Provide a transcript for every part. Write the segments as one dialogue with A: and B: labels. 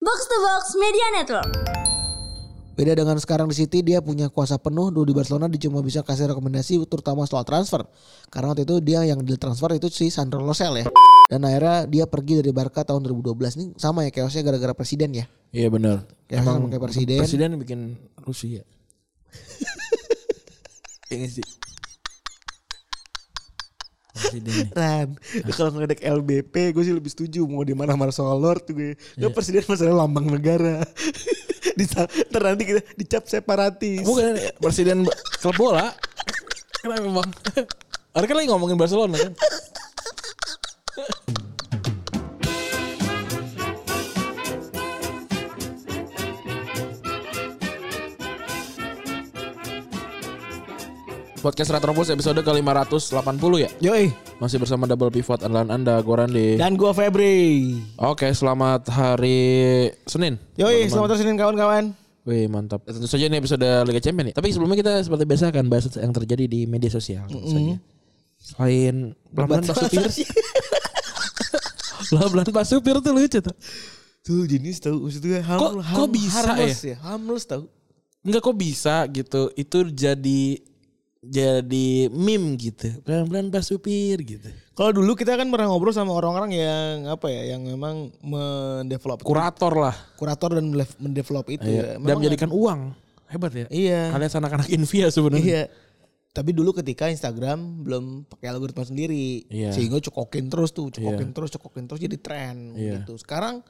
A: Box to Box Media Network.
B: Beda dengan sekarang di City dia punya kuasa penuh. Dulu di Barcelona dia cuma bisa kasih rekomendasi terutama soal transfer. Karena waktu itu dia yang di transfer itu si Sandro Losel ya. Dan akhirnya dia pergi dari Barca tahun 2012 nih sama ya chaosnya gara-gara presiden ya.
C: Iya benar.
B: Ya,
C: Emang
B: sama kayak presiden.
C: Presiden bikin Rusia. Iya nggak sih. Presiden.
B: Ran, kalau ngeledek LBP gue sih lebih setuju mau di mana marah soal Lord gue. Gue presiden masalah lambang negara. di ntar nanti kita dicap separatis.
C: Bukan eh, presiden klub bola. Kenapa bang? Hari kan lagi ngomongin Barcelona kan. Podcast Retropus episode ke-580 ya.
B: Yoi,
C: Masih bersama Double Pivot andalan Anda, Gorandi.
B: dan gue Febri.
C: Oke, selamat hari Senin.
B: Yoi, selamat hari Senin kawan-kawan.
C: Wih mantap. Tentu saja ini episode Liga Champions nih. Tapi sebelumnya kita seperti biasa akan bahas yang terjadi di media sosial. tentu saja. Selain pelan-pelan pas supir. Pelan-pelan pas supir tuh lucu tuh.
B: Tuh jenis tahu maksud gue ham,
C: Kok-
B: ham-
C: kok bisa
B: harmless ya? Harmless tahu.
C: Enggak kok bisa gitu. Itu jadi jadi meme gitu. Pelan-pelan pas supir gitu.
B: Kalau dulu kita kan pernah ngobrol sama orang-orang yang apa ya, yang memang mendevelop
C: Kurator lah.
B: kurator dan mendef- mendevelop itu. Ya.
C: Dan
B: Memang-
C: menjadikan uang. Hebat ya.
B: Iya.
C: Alias anak-anak Invia sebenarnya.
B: Iya. Tapi dulu ketika Instagram belum pakai algoritma sendiri,
C: Iya.
B: sehingga cokokin terus tuh, cokokin terus, cokokin terus jadi tren
C: Iya.
B: gitu. Sekarang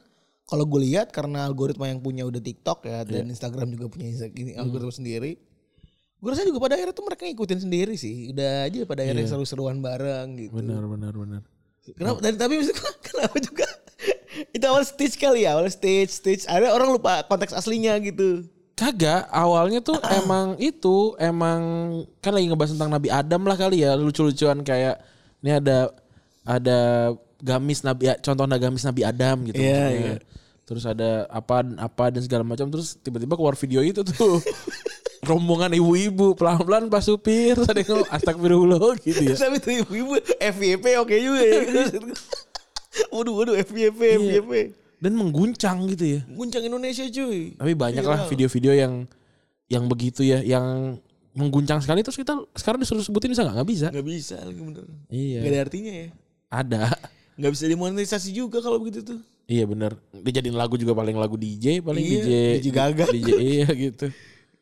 B: kalau gue lihat karena algoritma yang punya udah TikTok ya dan
C: Iya.
B: Instagram juga punya Insta- ini
C: Hmm.
B: algoritma sendiri. Gue rasa juga pada akhirnya tuh mereka ngikutin sendiri sih. Udah aja pada akhirnya
C: Iya.
B: seru-seruan bareng gitu.
C: Benar benar benar.
B: Kenapa? Dan tapi maksud gua, kenapa juga? itu awal stage kali ya, awal stage, stage. Ada orang lupa konteks aslinya gitu.
C: Kagak, awalnya tuh emang itu emang kan lagi ngebahas tentang Nabi Adam lah kali ya, lucu-lucuan kayak ini ada ada gamis Nabi ya, contohnya gamis Nabi Adam gitu
B: Iya,
C: maksudnya. Terus ada apa apa dan segala macam terus tiba-tiba keluar video itu tuh. Rombongan ibu-ibu pelan-pelan pas supir terus ada yang ngomong, astagfirullah gitu ya.
B: Tapi tuh ibu-ibu FYP oke juga ya. waduh, waduh FYP, FYP.
C: Dan mengguncang gitu ya.
B: Guncang Indonesia cuy.
C: Tapi banyak
B: Iya.
C: lah video-video yang yang begitu ya, yang mengguncang sekali terus kita sekarang disuruh sebutin bisa nggak? Nggak bisa.
B: Gak bisa lagi bener.
C: Iya.
B: Gak ada artinya ya.
C: Ada.
B: Gak bisa dimonetisasi juga kalau begitu tuh.
C: Iya bener Dijadiin lagu juga paling lagu DJ Paling
B: Iya,
C: DJ
B: DJ Gaga.
C: DJ, Iya gitu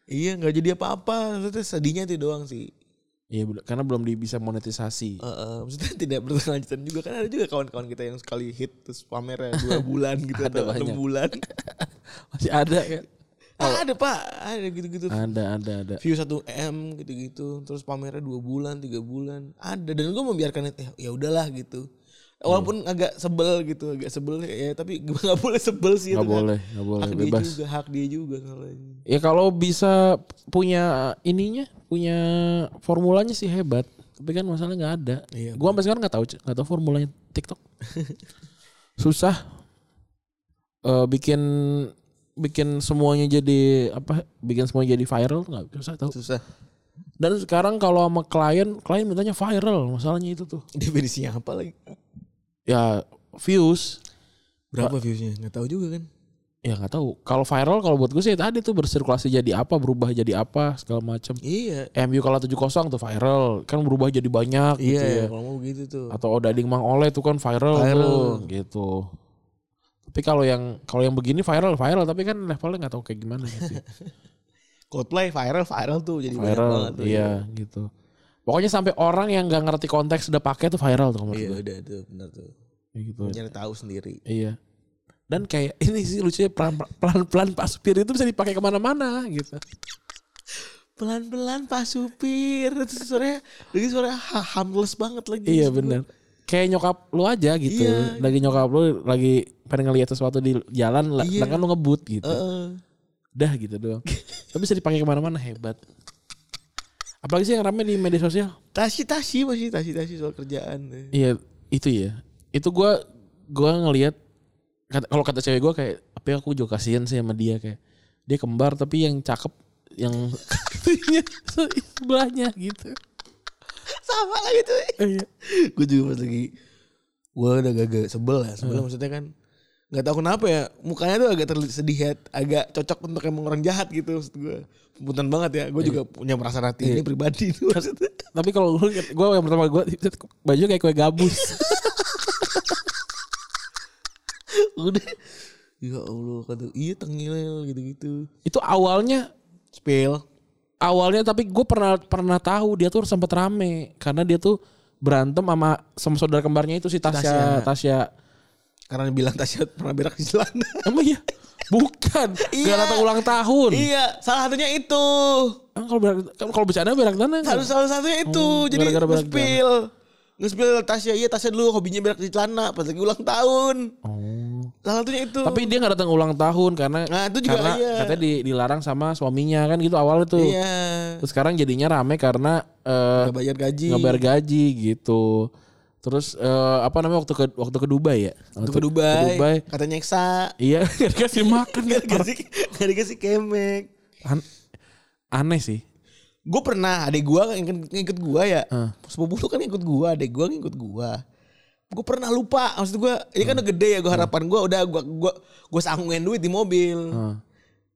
B: Iya gak jadi apa-apa. Terus sedihnya itu doang sih.
C: Iya bener. karena belum di- bisa monetisasi
B: Eh, eh, maksudnya tidak berkelanjutan juga kan ada juga kawan-kawan kita yang sekali hit terus pamernya dua bulan gitu
C: Ada
B: atau enam
C: banyak.
B: bulan
C: Masih ada kan
B: ah, ada pak ada gitu-gitu
C: Ada ada ada
B: view 1 m gitu-gitu terus pamernya dua bulan tiga bulan ada dan gue membiarkan itu ya udahlah gitu walaupun agak sebel gitu agak sebel ya tapi gue nggak boleh sebel sih
C: Nggak
B: itu kan.
C: boleh, nggak boleh,
B: hak
C: bebas.
B: dia juga hak dia juga salahnya
C: Ya kalau bisa punya ininya Punya formulanya sih hebat Tapi kan masalahnya nggak ada
B: Iya,
C: Gua sampai sekarang nggak tahu nggak tahu formulanya TikTok Susah Eh, Bikin Bikin semuanya jadi Apa Bikin semuanya jadi viral tuh nggak Susah tahu
B: susah
C: Dan sekarang kalau sama klien, klien mintanya viral, masalahnya itu tuh.
B: definisinya apa lagi
C: Ya views,
B: berapa viewsnya nggak tahu juga kan
C: ya nggak tahu. Kalau viral kalau buat gue sih tadi tuh bersirkulasi jadi apa, berubah jadi apa, segala macam.
B: iya
C: MU kalah 7-0 tuh viral, kan berubah jadi banyak gitu
B: iya
C: ya.
B: kalau mau begitu tuh
C: Atau Odading Mang Oleh tuh kan viral,
B: Viral.
C: tuh, gitu. Tapi kalau yang kalau yang begini viral viral tapi kan levelnya nggak tahu kayak gimana gitu.
B: Coldplay viral viral tuh jadi Iya, banyak
C: viral,
B: banget tuh
C: iya gitu. Pokoknya sampai orang yang nggak ngerti konteks udah pakai tuh viral tuh menurut
B: iya
C: gue.
B: udah tuh benar tuh
C: Gitu.
B: nyari tahu sendiri
C: Iya. Dan kayak ini sih lucunya pelan- pelan-pelan Pak Supir itu bisa dipakai kemana-mana gitu.
B: pelan-pelan pak supir terus suaranya lagi suaranya ha- harmless banget lagi
C: Iya bener. Kayak nyokap lu aja gitu.
B: Iya.
C: Lagi nyokap lu lagi pengen ngeliat sesuatu di jalan. lah
B: Iya.
C: Sedangkan lu ngebut gitu.
B: Heeh.
C: Dah gitu doang. Tapi bisa dipakai kemana-mana hebat. Apalagi sih yang rame di media sosial.
B: Tasi tasi masih tasi tasi soal kerjaan.
C: Iya itu ya. Itu gua gua ngelihat kata- kalau kata cewek gua kayak tapi aku juga kasihan sih sama dia kayak dia kembar tapi yang cakep yang itunya, sebelahnya gitu.
B: Sama lagi tuh.
C: Iya.
B: gue juga pas lagi gue udah agak sebel ya. Sebel maksudnya kan nggak tahu kenapa ya mukanya tuh agak terlihat sedih ya, agak cocok untuk emang orang jahat gitu maksud gue pembutan banget ya gue juga punya perasaan hati ini pribadi itu maksudnya
C: Tapi kalau gue gue yang pertama gue baju kayak kue gabus.
B: udah ya allah kata iya tengil gitu gitu
C: itu awalnya
B: spill
C: awalnya tapi gue pernah pernah tahu dia tuh sempat rame karena dia tuh berantem sama sama saudara kembarnya itu si Tasya Tasya,
B: Tasya. karena bilang Tasya pernah berak di celana
C: emang iya bukan
B: Iya.
C: gara-gara ulang tahun
B: iya salah satunya itu
C: Emang kalau berak kalau bercanda berak tanah kan?
B: harus salah satunya itu
C: Hmm,
B: jadi
C: gara-gara berak
B: spill Nge-spill Tasya, iya Tasya dulu hobinya berak di celana pas lagi ulang tahun.
C: Oh.
B: Salah satunya itu.
C: Tapi dia nggak datang ulang tahun karena
B: Nah, itu juga
C: karena
B: iya.
C: katanya di- dilarang sama suaminya kan gitu awalnya tuh.
B: iya.
C: Terus sekarang jadinya rame karena
B: Gak
C: eh,
B: bayar gaji.
C: nggak bayar gaji gitu. Terus eh, apa namanya waktu ke waktu ke Dubai ya?
B: Itu ke Dubai, kata nyeksa.
C: Iya, nggak dikasih makan
B: Gak dikasih, gak dikasih kemek.
C: An- aneh sih.
B: Gue pernah, adek gue ngikut, ngikut gue ya.
C: Heeh.
B: Sepupu lu kan ngikut gue, adek gue ngikut gue. Gue pernah lupa, maksud gue ini kan udah gede ya gue harapan gue udah gue gue gue sanggungin duit di mobil.
C: Heeh.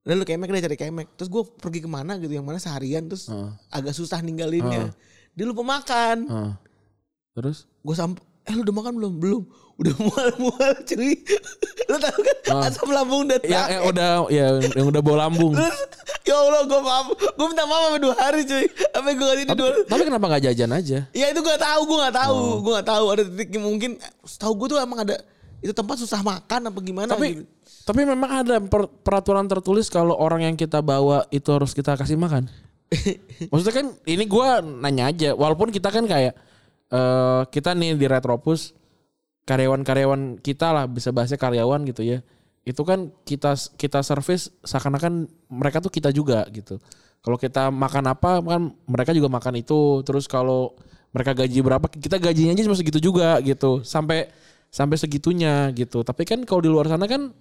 B: Dan lu kemek deh cari kemek. Terus gue pergi kemana gitu yang mana seharian terus
C: Heeh.
B: agak susah ninggalinnya. Dia lupa makan.
C: Heeh. Terus
B: gue sampai eh lu udah makan belum belum udah mual-mual cuy lu tahu kan asam lambung dan
C: ya,
B: sakit.
C: yang udah ya yang udah bawa lambung.
B: Nah, Terus, ya Allah gue maaf gue minta maaf sama dua hari cuy apa gue ganti di
C: tapi,
B: dua
C: tapi kenapa nggak jajan aja?
B: ya itu gue tahu gue nggak tahu gua gue nggak tahu ada titik mungkin tahu gue tuh emang ada itu tempat susah makan apa gimana
C: Tapi
B: gitu.
C: tapi memang ada per- peraturan tertulis kalau orang yang kita bawa itu harus kita kasih makan. Maksudnya kan ini gua nanya aja walaupun kita kan kayak eh kita nih di Retropus karyawan-karyawan kita lah bisa bahasnya karyawan gitu ya. Itu kan kita kita servis seakan-akan mereka tuh kita juga gitu. Kalau kita makan apa kan mereka juga makan itu. Terus kalau mereka gaji berapa kita gajinya aja cuma segitu juga gitu. Sampai sampai segitunya gitu. Tapi kan kalau di luar sana kan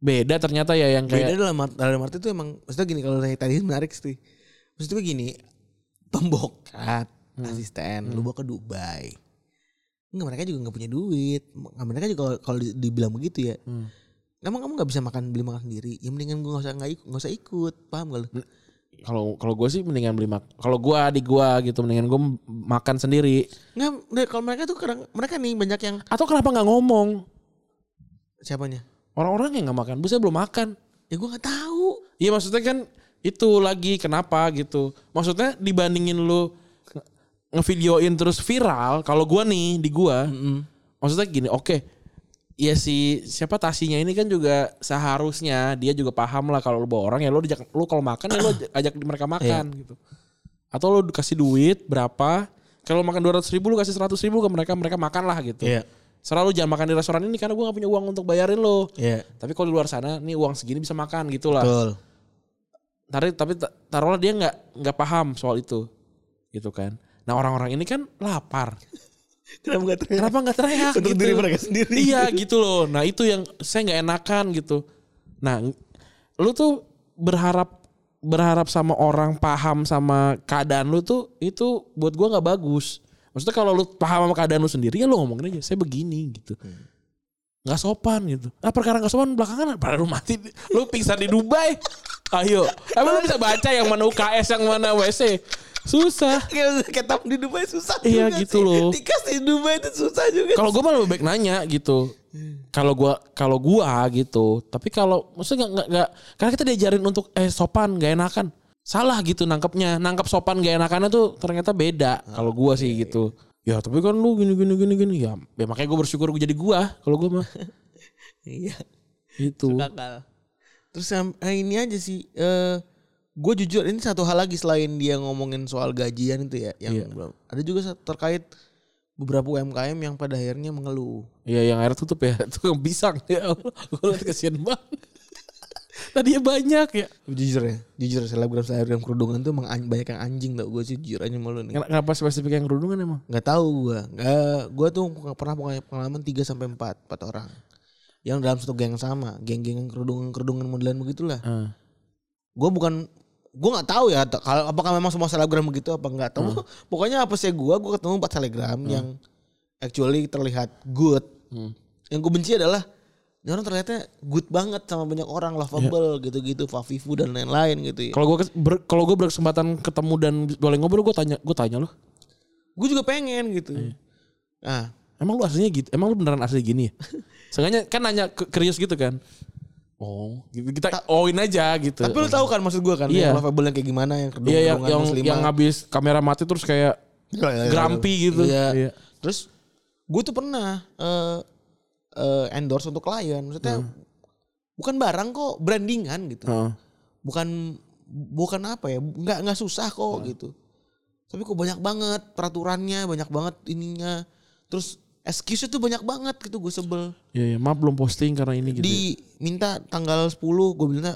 C: beda ternyata ya yang
B: beda
C: kayak
B: dalam art- dalam arti itu emang maksudnya gini kalau saya tadi menarik sih maksudnya gini pembokat asisten lu bawa ke Dubai Enggak, mereka juga nggak punya duit Nggak, mereka juga kalau- kalau di- dibilang begitu ya emang kamu nggak bisa makan beli makan sendiri ya mendingan gua nggak usah nggak ikut nggak usah ikut paham gak lu
C: kalau kalau gue sih mendingan beli mak kalau gue di gua gitu mendingan gue makan sendiri
B: nggak udah, kalau mereka tuh kadang mereka nih banyak yang
C: atau kenapa nggak ngomong
B: siapanya
C: orang-orang yang nggak makan bisa belum makan
B: ya gua nggak tahu
C: Iya maksudnya kan itu lagi kenapa gitu. Maksudnya dibandingin lu nge- ngevideoin terus viral kalau gua nih di gua. Maksudnya gini, oke. Ya si siapa tasinya ini kan juga seharusnya dia juga paham lah kalau lu bawa orang ya lu ajak lu kalau makan ya lu aj- ajak mereka makan
B: Iya.
C: gitu. Atau lu kasih duit berapa? Kalau makan 200 ribu lu kasih 100 ribu ke mereka mereka makan lah gitu.
B: Iya.
C: Selalu jangan makan di restoran ini karena gua nggak punya uang untuk bayarin lo.
B: Iya.
C: Tapi kalau di luar sana nih uang segini bisa makan gitu lah
B: betul
C: tapi tapi ta- taruhlah dia nggak nggak paham soal itu gitu kan nah orang-orang ini kan lapar
B: kenapa nggak teriak
C: kenapa nggak teriak
B: Untuk diri mereka sendiri.
C: iya gitu loh nah itu yang saya nggak enakan gitu nah ng- lu tuh berharap berharap sama orang paham sama keadaan lu tuh itu buat gua nggak bagus maksudnya kalau lu paham sama keadaan lu sendiri ya lu ngomongin aja saya begini gitu nggak sopan gitu. Ah perkara nggak sopan belakangan pada lu mati, lu pingsan di Dubai. Ayo, emang lu bisa baca yang mana UKS yang mana WC? Susah.
B: Kayak ketap di Dubai susah
C: Iya,
B: juga
C: gitu
B: sih.
C: loh.
B: Tikas di Dubai itu susah juga.
C: Kalau gue malah lebih baik nanya gitu. Kalau gua kalau gua gitu. Tapi kalau maksudnya nggak nggak nggak karena kita diajarin untuk eh sopan nggak enakan. Salah gitu nangkepnya. Nangkep sopan gak enakannya tuh ternyata beda kalau gua sih gitu. Ya tapi kan lu gini gini gini gini ya, ya makanya gue bersyukur gue jadi gua kalau gua mah Gitu.
B: Iya.
C: itu
B: Bakal. Terus yang- eh, ini aja sih eh gue jujur ini satu hal lagi selain dia ngomongin soal gajian itu ya
C: Iya.
B: yang belum- ada juga sa- terkait beberapa UMKM yang pada akhirnya mengeluh.
C: Iya yang air tutup ya Itu yang pisang Ya Allah Gue liat kesian banget Tadinya banyak ya
B: Jujur ya, jujur selebgram selebgram kerudungan tuh emang an- banyak yang anjing tau gue sih jujur aja malu nih.
C: Ken- Kenapa spesifik yang kerudungan emang?
B: Nggak tahu gue, nggak gue tuh nggak pernah punya pengalaman 3 sampai 4 empat orang yang dalam satu geng yang sama, geng-geng kerudungan kerudungan modelan begitulah.
C: Heeh.
B: gue bukan gue nggak tahu ya t- kalau apakah memang semua selebgram begitu apa nggak tahu
C: Hmm.
B: pokoknya apa sih gue gue ketemu
C: Hmm.
B: empat selebgram yang actually terlihat good yang gue benci adalah Ini orang ternyata good banget sama banyak orang lovable gitu-gitu, Fafifu dan lain-lain gitu. Ya.
C: Iya. Kalau gue kalau gue berkesempatan ketemu dan boleh ngobrol gue tanya gue tanya lo.
B: Gue juga pengen gitu.
C: Iya.
B: Nah,
C: Emang lu aslinya gitu? Emang lu beneran asli gini ya? Seenggaknya kan nanya ke- serius gitu kan. Oh, gitu. kita oin aja gitu.
B: tapi lu tahu kan maksud gue kan
C: Iya.
B: yang lovable yang kayak gimana yang kedua
C: Iya yang yang, yang habis kamera mati terus kayak grumpy gitu.
B: Iya.
C: Iya.
B: Terus gue tuh pernah eh eh, endorse untuk klien.
C: Hmm.
B: Maksudnya bukan barang kok, brandingan gitu.
C: Heeh.
B: Bukan bukan apa ya, nggak nggak susah kok
C: Hmm.
B: gitu. Tapi kok banyak banget peraturannya, banyak banget ininya. Terus excuse tuh banyak banget gitu gue sebel.
C: Iya, iya. maaf belum posting karena ini gitu.
B: Diminta tanggal 10, gue bilang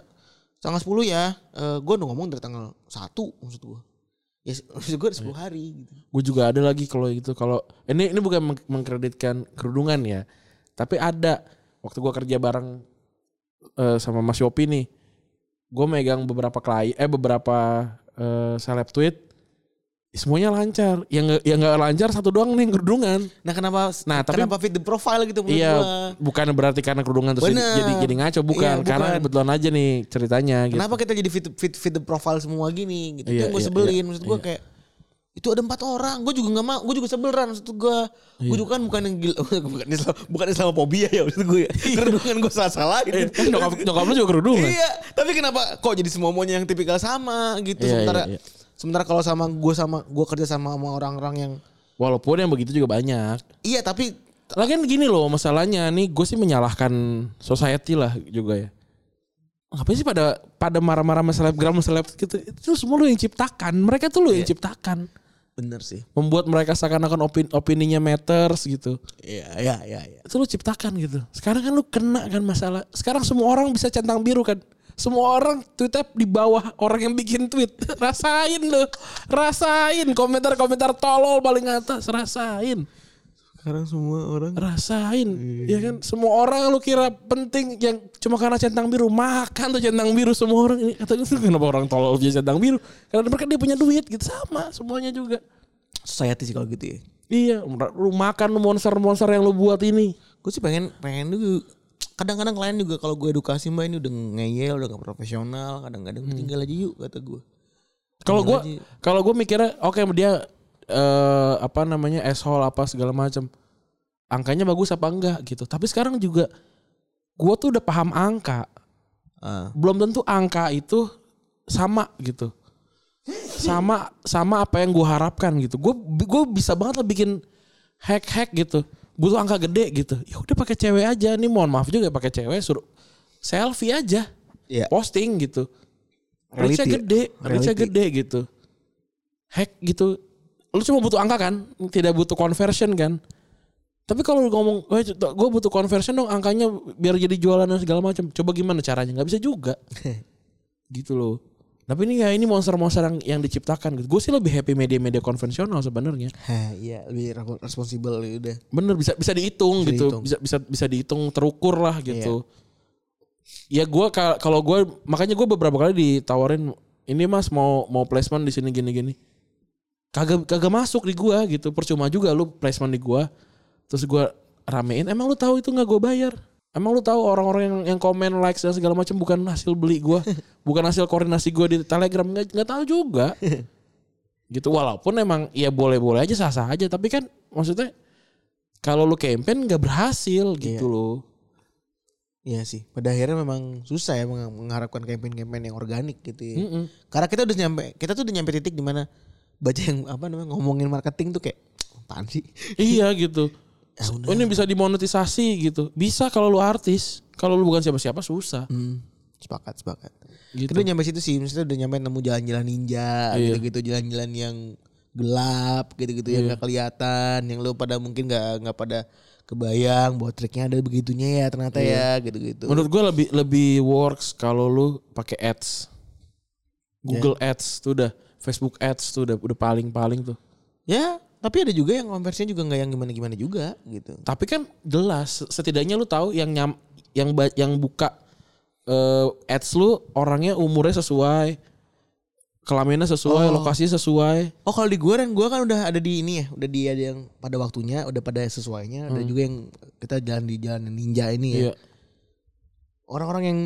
B: tanggal 10 ya. Eh gue udah ngomong dari tanggal 1 maksud gue. Ya maksud gue
C: Iya.
B: 10 hari gitu.
C: Gue juga ada lagi kalau gitu. Kalau ini ini bukan meng- mengkreditkan kerudungan ya. Tapi ada waktu gua kerja bareng eh, sama Mas Yopi nih. Gue megang beberapa klien eh beberapa eh, seleb tweet semuanya lancar. Yang nge- yang enggak lancar satu doang nih yang kerudungan.
B: Nah kenapa
C: Nah, tapi-
B: kenapa fit the profile gitu menurut
C: Iya,
B: gua?
C: bukan berarti karena kerudungan terus jadi,
B: Bener.
C: jadi jadi ngaco bukan,
B: Iya,
C: karena
B: bukan.
C: kebetulan aja nih ceritanya gitu.
B: Kenapa kita jadi fit fit fit the profile semua gini gitu. itu
C: Iya,
B: yang gue
C: iya,
B: sebelin
C: iya,
B: maksud gue
C: iya.
B: kayak itu ada empat orang, gue juga nggak mau, gue juga sebel Ran. maksud gue,
C: Iya.
B: gue juga kan bukan yang gila, bukan Islam, bukan Islamofobia ya maksud gue, kerudungan gue salah salahin.
C: Iya. Kan nyokap, nyokap lu kan? juga kerudungan.
B: iya, tapi kenapa kok jadi semuanya yang tipikal sama gitu?
C: Iya,
B: sementara
C: iya, iya.
B: sementara kalau sama gue sama gue kerja sama sama orang-orang yang
C: Walaupun yang begitu juga banyak.
B: iya tapi
C: Lagian gini loh masalahnya nih gue sih menyalahkan society lah juga ya. Ngapain sih pada pada marah-marah sama selebgram seleb gitu. Itu semua lu yang ciptakan. Mereka tuh lu yang ciptakan.
B: bener sih.
C: Membuat mereka seakan-akan opin opininya matters gitu.
B: Iya, iya, iya, iya.
C: Itu lu ciptakan gitu. Sekarang kan lu kena kan masalah. Sekarang semua orang bisa centang biru kan. Semua orang tweetnya di bawah orang yang bikin tweet. Rasain lu. Rasain komentar-komentar tolol paling atas. Rasain
B: Sekarang semua orang
C: rasain ya kan semua orang lu kira penting yang cuma karena centang biru makan tuh centang biru semua orang ini kata "Itu kenapa orang tolol punya centang biru karena mereka dia punya duit gitu sama semuanya juga
B: society sih kalau gitu ya.
C: iya lu makan lu monster-monster yang lu buat ini
B: gue sih pengen pengen dulu kadang-kadang klien juga kalau gue edukasi mbak ini udah ngeyel udah gak profesional kadang-kadang tinggal aja yuk kata gue
C: kalau gua kalau gua mikirnya oke dia eh, apa namanya asshole apa segala macam angkanya bagus apa enggak gitu tapi sekarang juga gua tuh udah paham angka
B: ah
C: belum tentu angka itu sama gitu sama sama apa yang gue harapkan gitu gue gue bisa banget lah bikin hack hack gitu butuh angka gede gitu ya udah pakai cewek aja nih mohon maaf juga ya, pakai cewek suruh selfie aja
B: Iya.
C: posting gitu reachnya
B: Reality ya?
C: gede reachnya
B: Reality.
C: gede gitu hack gitu lu cuma butuh angka kan tidak butuh conversion kan tapi kalau lu ngomong, "Eh, gue butuh conversion dong angkanya biar jadi jualan dan segala macam. Coba gimana caranya? Gak bisa juga. gitu loh. Tapi ini ya ini monster-monster yang, yang diciptakan gitu. Gue sih lebih happy media-media konvensional sebenarnya.
B: Hah, iya lebih re- responsibel ya udah
C: Bener bisa bisa dihitung
B: Bisa
C: gitu.
B: dihitung.
C: Bisa bisa bisa dihitung terukur lah gitu.
B: Iya.
C: Ya gue kalau gue makanya gue beberapa kali ditawarin ini mas mau mau placement di sini gini-gini. Kagak kagak masuk di gua gitu. Percuma juga lu placement di gua. Terus gua ramein. Emang lu tahu itu nggak gue bayar? Emang lu tahu orang-orang yang yang komen likes dan segala macam bukan hasil beli gua, bukan hasil koordinasi gua di Telegram nggak nggak tahu juga. gitu walaupun emang ya boleh-boleh aja sah-sah aja tapi kan maksudnya kalau lu campaign nggak berhasil
B: Iya.
C: gitu loh.
B: Iya sih pada akhirnya memang susah ya meng- mengharapkan campaign-campaign yang organik gitu ya.
C: Mm-mm.
B: karena kita udah nyampe kita tuh udah nyampe titik dimana baca yang apa namanya ngomongin marketing tuh kayak apaan sih
C: iya gitu.
B: Ya udah.
C: Oh, ini bisa dimonetisasi gitu. Bisa kalau lu artis, kalau lu bukan siapa-siapa susah.
B: Hmm, sepakat sepakat.
C: Gitu.
B: Kita udah nyampe situ sih, maksudnya udah nyampe nemu jalan-jalan ninja,
C: Iya.
B: gitu-gitu jalan-jalan yang gelap, gitu-gitu yang gak kelihatan, yang lu pada mungkin nggak nggak pada kebayang bahwa triknya ada begitunya ya ternyata ya, gitu-gitu.
C: Menurut gua lebih lebih works kalau lu pakai ads. Google Ads tuh udah, Facebook Ads tuh udah udah paling-paling tuh.
B: Ya, tapi ada juga yang konversinya juga nggak yang gimana-gimana juga, gitu.
C: Tapi kan jelas, setidaknya lu tahu yang nyam, yang ba- yang buka eh, ads lu orangnya umurnya sesuai, kelaminnya sesuai,
B: Oh.
C: lokasi sesuai.
B: Oh kalau di gua kan gua kan udah ada di ini ya, udah di ada Hmm. yang pada waktunya, udah pada sesuainya, ada juga yang kita jalan di jalan ninja ini ya.
C: Iya.
B: orang-orang yang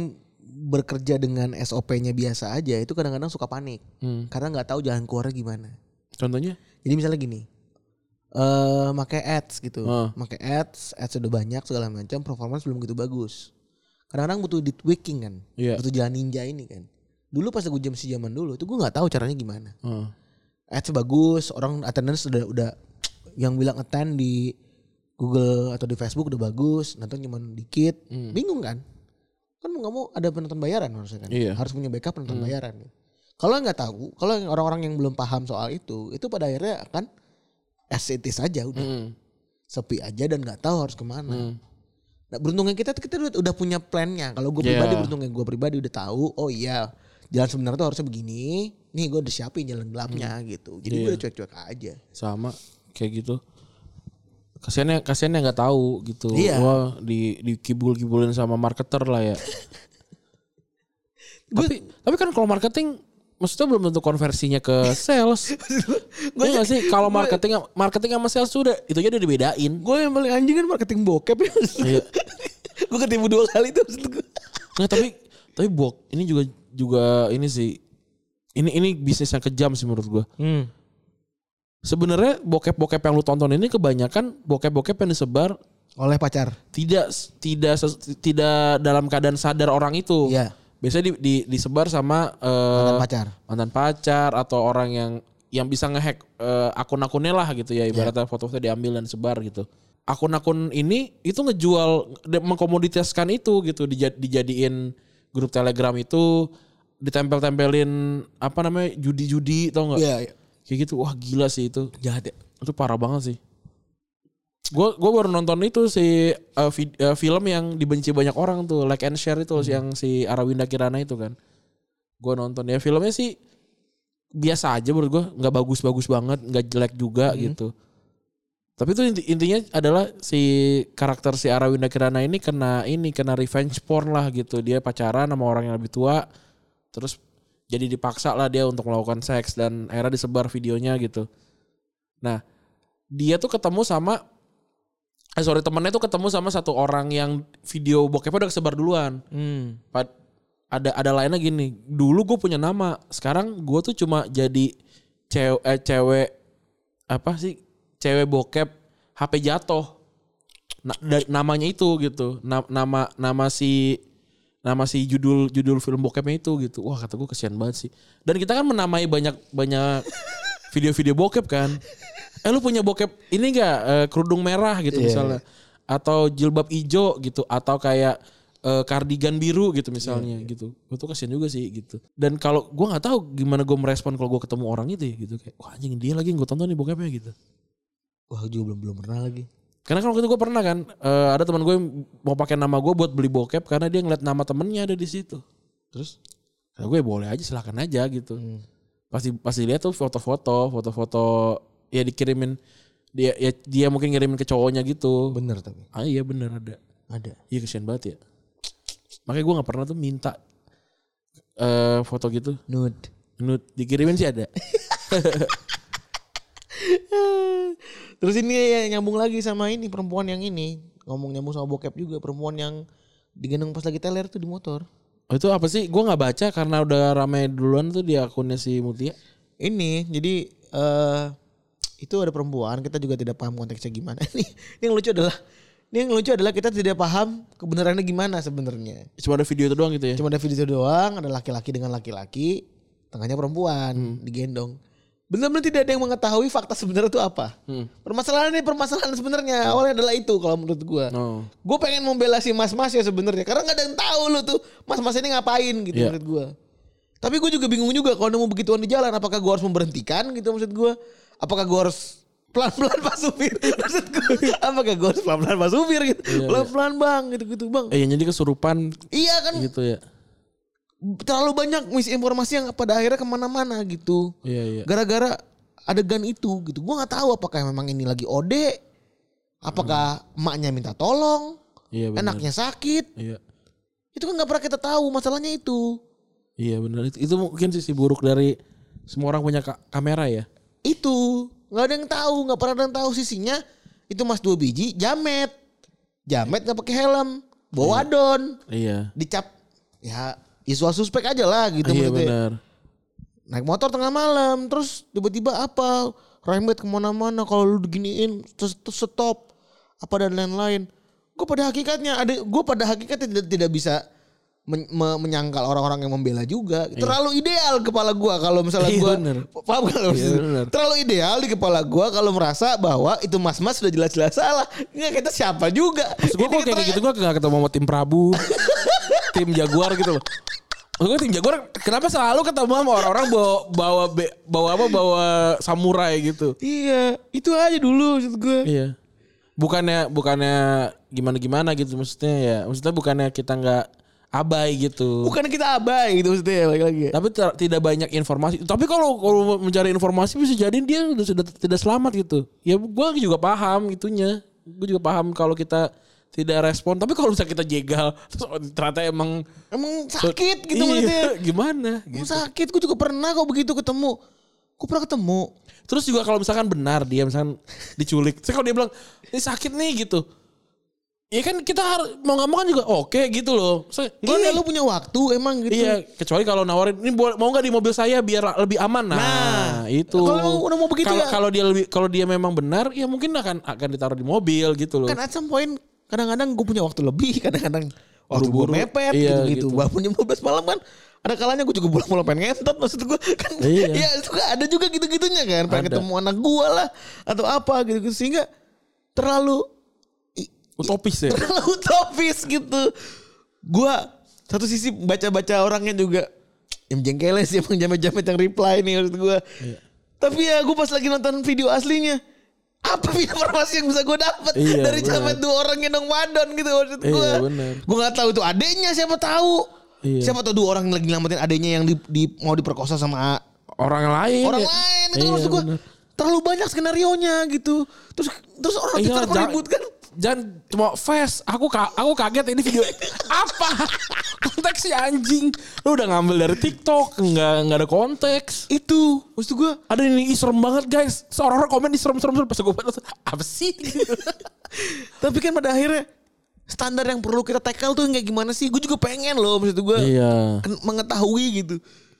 B: bekerja dengan SOP-nya biasa aja itu kadang-kadang suka panik
C: Hmm.
B: karena nggak tahu jalan keluarnya gimana.
C: Contohnya?
B: Jadi misalnya gini, eh pakai ads gitu,
C: Ah.
B: pakai ads, ads udah banyak segala macam, performance belum gitu bagus. Kadang-kadang butuh di tweaking kan,
C: Iya.
B: butuh jalan ninja ini kan. Dulu pas gue jam si zaman dulu, itu gue nggak tahu caranya gimana.
C: Heeh.
B: Ads bagus, orang attendance udah udah yang bilang attend di Google atau di Facebook udah bagus, nonton cuma dikit,
C: Hmm.
B: bingung kan? Kan mau nggak mau ada penonton bayaran harusnya kan,
C: Iya.
B: harus punya backup penonton bayaran. Kalau yang nggak tahu, kalau yang orang-orang yang belum paham soal itu, itu pada akhirnya akan as it is aja udah
C: Hmm.
B: sepi aja dan nggak tahu harus kemana.
C: Hmm.
B: Nah, beruntungnya kita tuh kita udah, udah punya plannya. Kalau gue
C: Iya.
B: pribadi beruntungnya gue pribadi udah tahu. Oh iya, jalan sebenarnya tuh harusnya begini. Nih gue udah siapin jalan gelapnya gitu. Jadi gue
C: Iya.
B: udah cuek-cuek aja.
C: Sama kayak gitu. Kasiannya kasiannya nggak tahu gitu.
B: Iya.
C: Wah, di dikibul-kibulin sama marketer lah ya. tapi tapi kan kalau marketing maksudnya belum tentu konversinya ke sales. Gue nggak sih kalau marketing marketing sama sales tuh udah itu aja udah dibedain.
B: Gue yang paling anjing kan marketing bokep ya.
C: Iya.
B: gue ketipu dua kali tuh maksud gue.
C: Nggak, tapi tapi bok ini juga juga ini sih ini ini bisnis yang kejam sih menurut gua. Sebenarnya bokep-bokep yang lu tonton ini kebanyakan bokep-bokep yang disebar
B: Oleh pacar.
C: tidak tidak ses- tidak dalam keadaan sadar orang itu.
B: Iya.
C: Biasanya di, di- disebar sama
B: Mantan
C: Oh. eh,
B: pacar.
C: mantan pacar atau orang yang yang bisa ngehack eh, akun-akunnya lah gitu ya ibaratnya foto-foto diambil dan sebar gitu. Akun-akun ini itu ngejual de- mengkomoditaskan itu gitu dija- dijadiin grup Telegram itu ditempel-tempelin apa namanya judi-judi tau nggak?
B: Iya. iya.
C: Kayak gitu wah gila sih itu
B: Jahat ya.
C: itu parah banget sih. Gue gua baru nonton itu si uh, vid- uh, film yang dibenci banyak orang tuh, like and share itu yang si Arawinda Kirana itu kan. Gue nonton ya filmnya sih biasa aja menurut gue, nggak bagus-bagus banget, nggak jelek juga gitu. Tapi itu inti- intinya adalah si karakter si Arawinda Kirana ini kena ini kena revenge porn lah gitu. Dia pacaran sama orang yang lebih tua, terus jadi dipaksa lah dia untuk melakukan seks dan akhirnya disebar videonya gitu. Nah, dia tuh ketemu sama eh sorry temennya tuh ketemu sama satu orang yang video bokepnya udah kesebar duluan. Pad- ada ada lainnya gini, dulu gue punya nama, sekarang gue tuh cuma jadi cewek eh, cewek apa sih cewek bokep HP jatuh. Na- da- namanya itu gitu. Na- nama nama si nama si judul judul film bokepnya itu gitu. Wah, kata gue kesian banget sih. Dan kita kan menamai banyak banyak video-video bokep kan. Eh lu punya bokep ini enggak kerudung merah gitu misalnya atau jilbab ijo gitu atau kayak eh, kardigan biru gitu misalnya gitu. Gue tuh kesian juga sih gitu. Dan kalau gua nggak tahu gimana gue merespon kalau gue ketemu orang itu ya gitu kayak wah anjing dia lagi gue tonton nih bokepnya gitu.
B: Wah juga belum belum pernah lagi.
C: Karena kan waktu itu gue pernah kan eh, ada teman gue yang mau pakai nama gue buat beli bokep karena dia ngeliat nama temennya ada di situ. Terus kata gue "Ya boleh aja silahkan aja gitu.
B: Hmm.
C: Pasti pasti lihat tuh foto-foto, foto-foto ya dikirimin dia ya, dia mungkin ngirimin ke cowoknya gitu.
B: Bener tapi.
C: Ah iya bener ada.
B: Ada.
C: Iya kesian banget ya. Makanya gue nggak pernah tuh minta eh foto gitu.
B: Nude.
C: Nude dikirimin sih ada.
B: Terus ini ya nyambung lagi sama ini perempuan yang ini ngomong nyambung sama bokep juga perempuan yang digendong pas lagi teler tuh di motor.
C: Oh, itu apa sih? Gue nggak baca karena udah rame duluan tuh di akunnya si Mutia.
B: Ini jadi eh itu ada perempuan kita juga tidak paham konteksnya gimana. Ini, ini yang lucu adalah ini yang lucu adalah kita tidak paham kebenarannya gimana sebenarnya.
C: Cuma ada video itu doang gitu ya.
B: Cuma ada video doang, ada laki-laki dengan laki-laki, tengahnya perempuan digendong. Benar-benar tidak ada yang mengetahui fakta sebenarnya itu apa. Permasalahan ini permasalahan sebenarnya awalnya adalah itu kalau menurut gua.
C: Oh.
B: Gue pengen membela si mas-mas ya sebenarnya karena nggak ada yang tahu lu tuh mas-mas ini ngapain gitu
C: Iya.
B: menurut gua. Tapi gue juga bingung juga kalau nemu begituan di jalan apakah gua harus memberhentikan gitu maksud gua? Apakah gua harus pelan-pelan Pak Supir? maksud gua apakah gua harus pelan-pelan Pak Supir gitu.
C: Iya,
B: Pelan-pelan Bang gitu-gitu Bang.
C: Eh, yang jadi kesurupan
B: Iya kan
C: gitu ya.
B: terlalu banyak misinformasi yang pada akhirnya kemana-mana gitu.
C: Iya iya.
B: Gara-gara adegan itu gitu. Gue nggak tahu apakah memang ini lagi ode, apakah emaknya minta tolong,
C: Hmm. Iya benar.
B: enaknya sakit.
C: Iya.
B: Itu kan nggak pernah kita tahu masalahnya itu.
C: Iya benar. Itu, itu mungkin sisi buruk dari semua orang punya ka- kamera ya.
B: Itu nggak ada yang tahu, nggak pernah ada yang tahu sisinya. Itu mas dua biji, jamet, jamet nggak pakai helm. bawa adon,
C: Iya.
B: dicap ya usual suspek aja lah gitu
C: iya
B: maksudnya.
C: benar.
B: Naik motor tengah malam, terus tiba-tiba apa rembet kemana-mana kalau lu diginiin terus, terus stop apa dan lain-lain. Gue pada hakikatnya ada, gue pada hakikatnya tidak tidak bisa men- me- menyangkal orang-orang yang membela juga. Terlalu ideal kepala gue kalau misalnya
C: Iya,
B: gue
C: bener.
B: paham nggak lo
C: Iya,
B: maksud-
C: bener.
B: Terlalu ideal di kepala gue kalau merasa bahwa itu mas-mas sudah jelas-jelas salah. Nggak kita siapa juga. Ini
C: Gue kok kayak
B: kita- ya.
C: gitu gue gak ketemu sama tim Prabu, tim Jaguar gitu loh. Gue tim Jaguar kenapa selalu ketemu sama orang-orang bawa bawa be- bawa apa bawa samurai gitu.
B: Iya, itu aja dulu maksud gue.
C: Iya. Bukannya bukannya gimana gimana gitu maksudnya ya. Maksudnya bukannya kita nggak abai gitu.
B: Bukan kita abai gitu maksudnya lagi lagi.
C: Eh. Tapi ter- tidak banyak informasi. Tapi kalau kalau mencari informasi bisa jadi dia sudah, sudah tidak selamat gitu. Ya gua juga paham itunya. Gue juga paham kalau kita tidak respon. Tapi kalau bisa kita jegal terus oh, ternyata emang
B: Emang sakit gitu
C: Iya, Gitu.
B: maksudnya.
C: Gimana?
B: Emang sakit, gue juga pernah kok begitu ketemu. Gue pernah ketemu.
C: Terus juga kalau misalkan benar dia misalkan diculik. Terus kalau dia bilang, ini sakit nih gitu. Ya kan kita harus mau nggak mau kan juga oke gitu loh. Saya,
B: Gue
C: "Gua nih,
B: lu punya waktu emang gitu.
C: Iya, kecuali kalau nawarin ini boleh- mau nggak di mobil saya biar la- lebih aman. Nah,
B: Nah,
C: itu.
B: kalau emang udah mau begitu
C: kalau,
B: ya.
C: kalau dia lebih kalau dia memang benar, ya mungkin akan akan ditaruh di mobil gitu loh.
B: Kan at some point kadang-kadang gue punya waktu lebih, kadang-kadang waktu gue
C: Buru-buru.
B: mepet
C: Iya,
B: gitu-gitu.
C: gitu.
B: Walaupun jam 12 malam kan ada kalanya gue juga pulang-pulang pengen ngentot maksud gue kan
C: Iya.
B: ya itu kan ada juga gitu-gitunya kan pengen
C: Ada.
B: ketemu anak gue lah atau apa gitu-gitu sehingga terlalu i-
C: Utopis ya.
B: terlalu utopis gitu. Gua satu sisi baca-baca orangnya juga yang jengkelnya sih emang jamet-jamet yang reply nih maksud gua.
C: Iya.
B: Tapi ya gue pas lagi nonton video aslinya apa informasi yang bisa gue dapat
C: Iya,
B: dari
C: bener.
B: jamet dua orang gendong wadon gitu maksud
C: Iya,
B: gue.
C: bener.
B: Gue nggak tahu itu adenya siapa tahu.
C: Iya.
B: Siapa tahu dua orang yang lagi nyelamatin adenya yang di, di- mau diperkosa sama
C: Orang lain.
B: orang
C: ya.
B: lain itu
C: Iya,
B: maksud gue
C: bener.
B: terlalu banyak skenario nya gitu. Terus terus orang kan.
C: Iya,
B: bisa
C: jangan-
B: meributkan.
C: Jangan cuma fast. Aku ka- aku kaget ini video apa? Konteks si anjing. Lu udah ngambil dari TikTok, nggak nggak ada konteks.
B: Itu maksud gue
C: Ada ini "Ih, serem banget guys. Seorang orang komen di serem serem serem pas gue baca apa sih?
B: Tapi kan pada akhirnya standar yang perlu kita tackle tuh yang kayak gimana sih? Gue juga pengen loh maksud gue
C: iya.
B: ken- mengetahui gitu.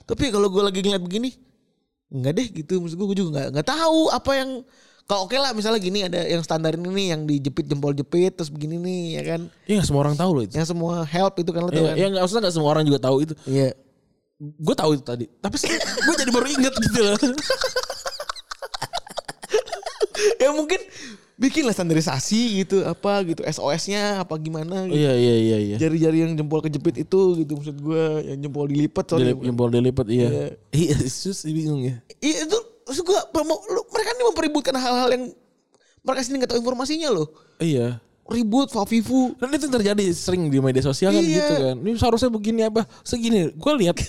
B: Tapi kalau gue lagi ngeliat begini, enggak deh gitu. Maksud gue, gue juga nggak nggak tahu apa yang kalau oke lah misalnya gini ada yang standar ini nih yang dijepit jempol jepit terus begini nih ya kan
C: Iya, nggak semua orang tahu loh itu.
B: yang semua help itu kan lo tau
C: Iya,
B: kan
C: ya nggak maksudnya nggak semua orang juga tahu itu.
B: Iya.
C: Gue tahu itu tadi, tapi gue jadi baru inget gitu loh.
B: ya mungkin bikinlah standarisasi gitu apa gitu SOS-nya apa gimana gitu.
C: iya iya iya iya.
B: jari-jari yang jempol kejepit itu gitu maksud gue yang jempol dilipat sorry
C: Dilip, jempol dilipat iya. Iya, sus bingung ya.
B: Iya itu maksud gua promo- lu- mereka ini mempeributkan hal-hal yang mereka sendiri nggak tahu informasinya loh.
C: Iya.
B: Ribut, Fafifu.
C: Dan itu terjadi sering di media sosial kan
B: Iya.
C: gitu kan. Ini seharusnya begini apa? Segini. Gue lihat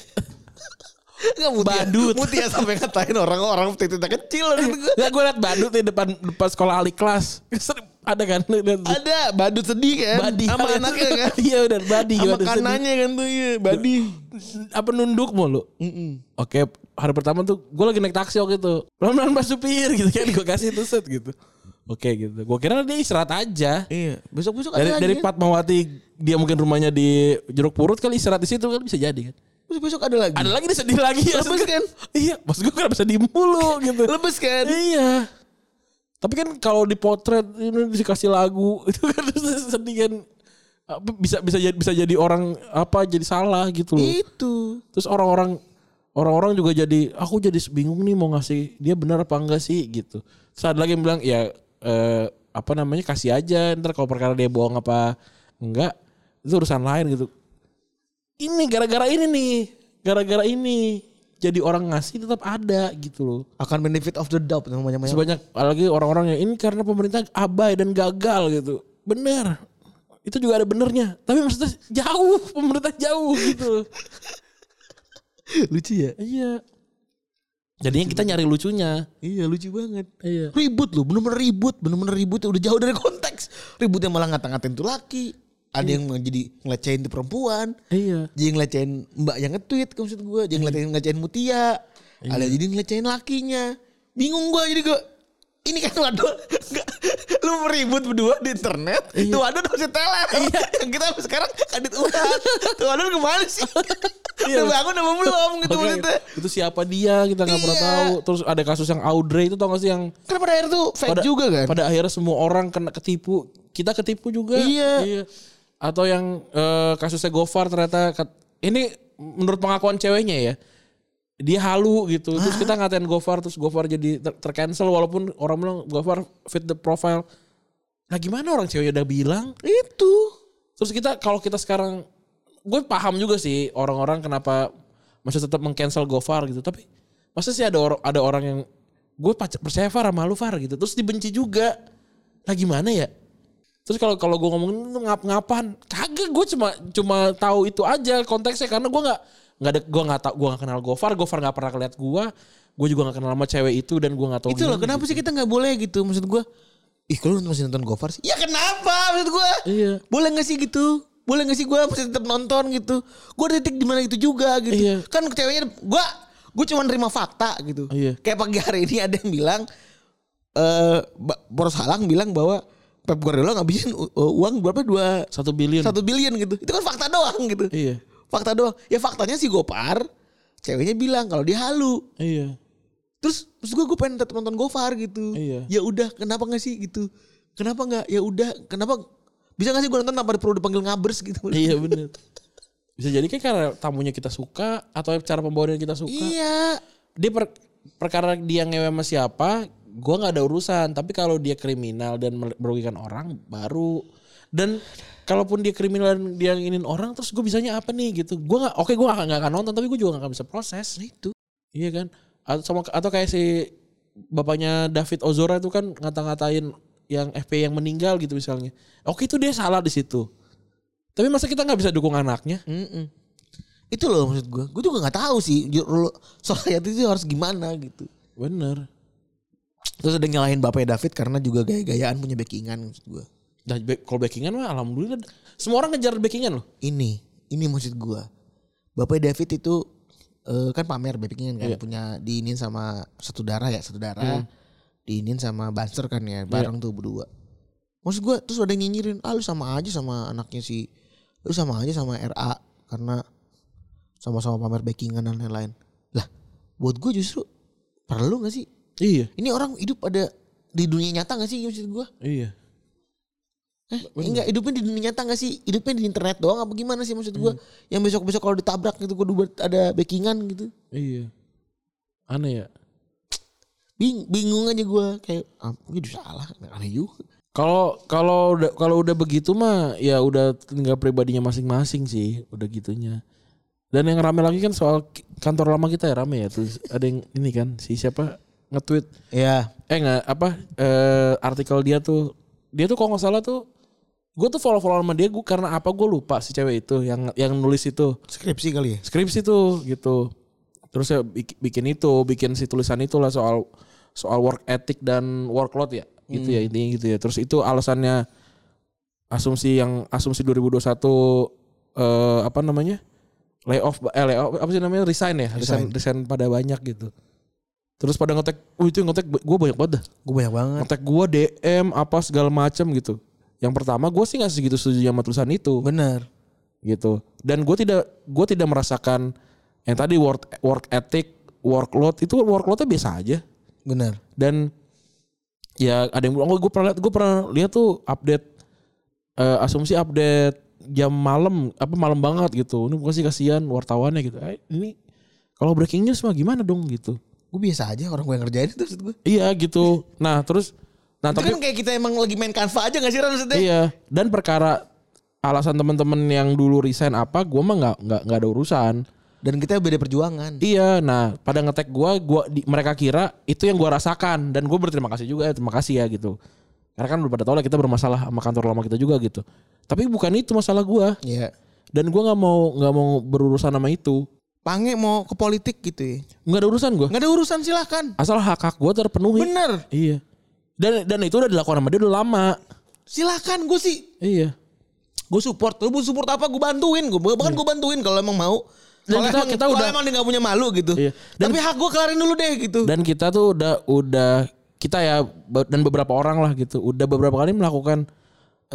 B: Enggak mutia.
C: Badut.
B: Mutia sampai ngatain orang-orang titik kecil gitu gua.
C: Nggak gue lihat badut di depan depan sekolah ahli kelas. Sering- Ada kan? Lu lihat tuh.
B: Ada badut sedih kan.
C: Badi.
B: Sama anaknya kan.
C: Iya udah badi.
B: Sama
C: gimana sih?
B: kanannya kan tuh iya, badi.
C: Apa nunduk mulu? Oke, hari pertama tuh gue lagi naik taksi waktu itu. Pelan-pelan pas supir gitu kan. Gue kasih itu set gitu. Oke gitu. Gue kira dia istirahat aja.
B: Iya, besok-besok
C: Dari,
B: ada lagi.
C: dari
B: kan?
C: Fatmawati dia mungkin rumahnya di Jeruk Purut kali istirahat di situ kan bisa jadi kan.
B: Besok-besok ada lagi.
C: Ada lagi dia sedih lagi ya.
B: Lemes kan?
C: Iya, maksud gue kenapa sedih mulu gitu.
B: Lemes kan?
C: Iya. Tapi kan kalau dipotret ini dikasih lagu itu kan terus sedih kan Apa, bisa bisa jadi bisa jadi orang apa jadi salah gitu loh.
B: Itu.
C: Terus orang-orang orang-orang juga jadi aku jadi bingung nih mau ngasih dia benar apa enggak sih gitu. Terus ada lagi yang bilang ya eh, apa namanya kasih aja ntar kalau perkara dia bohong apa enggak itu urusan lain gitu. Ini gara-gara ini nih, gara-gara ini jadi orang ngasih tetap ada gitu loh.
B: Akan benefit of the doubt namanya.
C: Sebanyak lagi orang-orang yang ini karena pemerintah abai dan gagal gitu. Bener. Itu juga ada benernya. Tapi maksudnya jauh, pemerintah jauh gitu.
B: lucu ya?
C: Iya. Jadinya kita nyari lucunya.
B: Iya, lucu banget.
C: Iya.
B: ribut loh bener-bener ribut bener-bener ribut udah jauh dari konteks ributnya malah ngata-ngatain tuh laki ada yang jadi ngelecehin tuh perempuan
C: Iya.
B: jadi ngelecehin mbak yang nge-tweet maksud gue jadi ngelecehin, ngelecehin mutia
C: Iya.
B: ada jadi ngelecehin lakinya bingung gue jadi gue ini kan waduh nggak- lu ribut berdua di internet
C: Iya.
B: tuh adun masih teler yang kita sampai sekarang kadit urat tuh adun kemana sih udah bangun apa belum gitu
C: Iya. Makanya
B: maksudnya
C: itu siapa dia kita nggak pernah
B: Iya.
C: tahu. Terus ada kasus yang Audrey itu tau gak sih yang
B: kan pada akhirnya tuh fake juga kan
C: Pada akhirnya semua orang kena ketipu, kita ketipu juga.
B: Iya.
C: Atau yang eh, kasusnya Gofar ternyata kat- ini menurut pengakuan ceweknya ya. Dia halu gitu. Terus kita ngatain Gofar terus Gofar jadi ter- tercancel walaupun orang bilang Gofar fit the profile. Nah gimana orang cewek udah bilang?
B: itu
C: Terus kita kalau kita sekarang gue paham juga sih orang-orang kenapa masih tetap mengcancel Gofar gitu. Tapi masa sih ada orang ada orang yang gue pac- percaya Far sama lu Far gitu. Terus dibenci juga. Lah gimana ya? Terus kalau kalau gue ngomongin lu ngap-ngapan, kagak gue cuma cuma tahu itu aja konteksnya karena gue nggak nggak ada gue nggak tahu gue nggak kenal Gofar, Gofar nggak pernah lihat gue, gue juga nggak kenal sama cewek itu dan gue nggak tahu.
B: itu loh
C: gimana
B: kenapa
C: gitu.
B: sih kita nggak boleh gitu maksud gua ih kalau lu masih nonton Gofar sih ya kenapa maksud gua
C: Iya.
B: boleh nggak sih gitu boleh nggak sih gua masih tetap nonton gitu gua ada titik di mana itu juga gitu
C: Iya.
B: kan ceweknya gua gua cuma nerima fakta gitu
C: Iya.
B: kayak pagi hari ini ada yang bilang eh Ba- Boros Halang bilang bahwa Pep Guardiola ngabisin u- uang berapa dua
C: Satu billion.
B: satu billion gitu itu kan fakta doang gitu
C: Iya.
B: fakta doang ya faktanya si Gopar ceweknya bilang kalau dia halu
C: Iya.
B: terus terus gue gue pengen tetap nonton Gofar gitu
C: Iya.
B: ya udah kenapa nggak sih gitu kenapa nggak ya udah kenapa bisa nggak sih gue nonton tanpa perlu dipanggil ngabers gitu
C: iya bener. Bisa jadi kayak karena tamunya kita suka atau cara pembawaan kita suka.
B: iya
C: Dia per- perkara dia ngewe sama siapa, gua nggak ada urusan. Tapi kalau dia kriminal dan mel- merugikan orang, baru dan kalaupun dia kriminal dan dia nginin orang, terus gue bisanya apa nih gitu? Gua nggak, oke gue gak, akan nonton, tapi gue juga gak akan bisa proses.
B: nah itu
C: Iya kan? Atau sama atau kayak si bapaknya David Ozora itu kan ngata-ngatain yang FP yang meninggal gitu misalnya. Oke itu dia salah di situ. Tapi masa kita nggak bisa dukung anaknya?
B: itu loh maksud gue gue juga nggak tahu sih ju- role society itu harus gimana gitu
C: Bener.
B: terus ada yang nyalahin bapaknya David karena juga gaya-gayaan punya backingan maksud gue
C: Nah, back- kalau backingan mah alhamdulillah semua orang ngejar backingan loh.
B: ini ini maksud gue bapaknya David itu eh, kan pamer backingan kan
C: Iya.
B: punya diinin sama satu darah ya satu darah diinin sama Banser kan ya bareng tuh berdua maksud gue terus ada yang nyinyirin ah lu sama aja sama anaknya si lu sama aja sama RA karena sama-sama pamer backingan dan lain-lain lah buat gue justru perlu gak sih
C: Iya,
B: ini orang hidup ada di dunia nyata gak sih maksud gue
C: iya.
B: Enggak hidupnya di dunia nyata gak sih? Hidupnya di internet doang apa gimana sih maksud gua? Yang besok-besok kalau ditabrak gitu kudu ber- ada backingan gitu.
C: Iya. Aneh ya.
B: Bing, bingung aja gua kayak ampun itu salah, aneh juga.
C: Kalau kalau udah kalau udah begitu mah ya udah tinggal pribadinya masing-masing sih, udah gitunya. Dan yang rame lagi kan soal ki- kantor lama kita ya rame ya tuh ada yang ini kan si siapa nge-tweet
B: Iya.
C: eh nggak apa eh, artikel dia tuh dia tuh kalau nggak salah tuh gue tuh follow follow sama dia gue karena apa gue lupa si cewek itu yang yang nulis itu
B: Skripsi kali ya?
C: skripsi tuh gitu terus ya bik- bikin itu bikin si tulisan itulah soal soal work ethic dan workload ya gitu ya intinya gitu ya terus itu alasannya asumsi yang asumsi 2021 eh apa namanya layoff eh layoff apa sih namanya resign ya resign resign pada banyak gitu terus pada ngetek oh itu yang ngetek gue banyak banget dah
B: Gua banyak banget.
C: ngetek gue DM apa segala macem gitu yang pertama gue sih nggak segitu setuju sama tulisan itu
B: Bener.
C: gitu. Dan gue tidak gue tidak merasakan yang tadi work work ethic, workload itu workloadnya biasa aja.
B: Bener.
C: Dan ya ada yang bilang, oh, gue pernah lihat gue pernah lihat tuh update eh, asumsi update jam malam apa malam banget gitu. Ini pasti kasihan wartawannya gitu. Eh, ini kalau breaking news mah gimana dong gitu.
B: Gua biasa aja orang gua yang ngerjain itu maksud gua.
C: Iya gitu. Nah terus nah
B: Itu
C: tapi
B: kan kayak kita emang lagi main Canva aja gak sih Ran maksudnya?
C: Iya. Dan perkara alasan teman-teman yang dulu resign apa, gue mah nggak nggak nggak ada urusan.
B: Dan kita beda perjuangan.
C: Iya, nah pada ngetek gua, gua di- mereka kira itu yang gua rasakan dan gue berterima kasih juga, eh, terima kasih ya gitu. Karena kan udah pada tahu lah kita bermasalah sama kantor lama kita juga gitu. Tapi bukan itu masalah gua
B: Iya.
C: dan gua nggak mau nggak mau berurusan sama itu.
B: Pange mau ke politik gitu ya.
C: Nggak ada urusan gua.
B: Gak ada urusan silahkan.
C: Asal hak hak gua terpenuhi.
B: Bener.
C: Iya. Dan dan itu udah dilakukan sama dia udah lama.
B: Silahkan gue sih
C: Iya.
B: gue support lu mau support apa gue bantuin gue bahkan gue bantuin kalau emang mau kalau
C: Dan kita-
B: emang,
C: kita
B: kalau
C: udah-
B: emang dia gak punya malu gitu
C: Iya. Dan-
B: tapi hak gue kelarin dulu deh gitu
C: Dan kita tuh udah udah kita ya be- dan beberapa orang lah gitu udah beberapa kali melakukan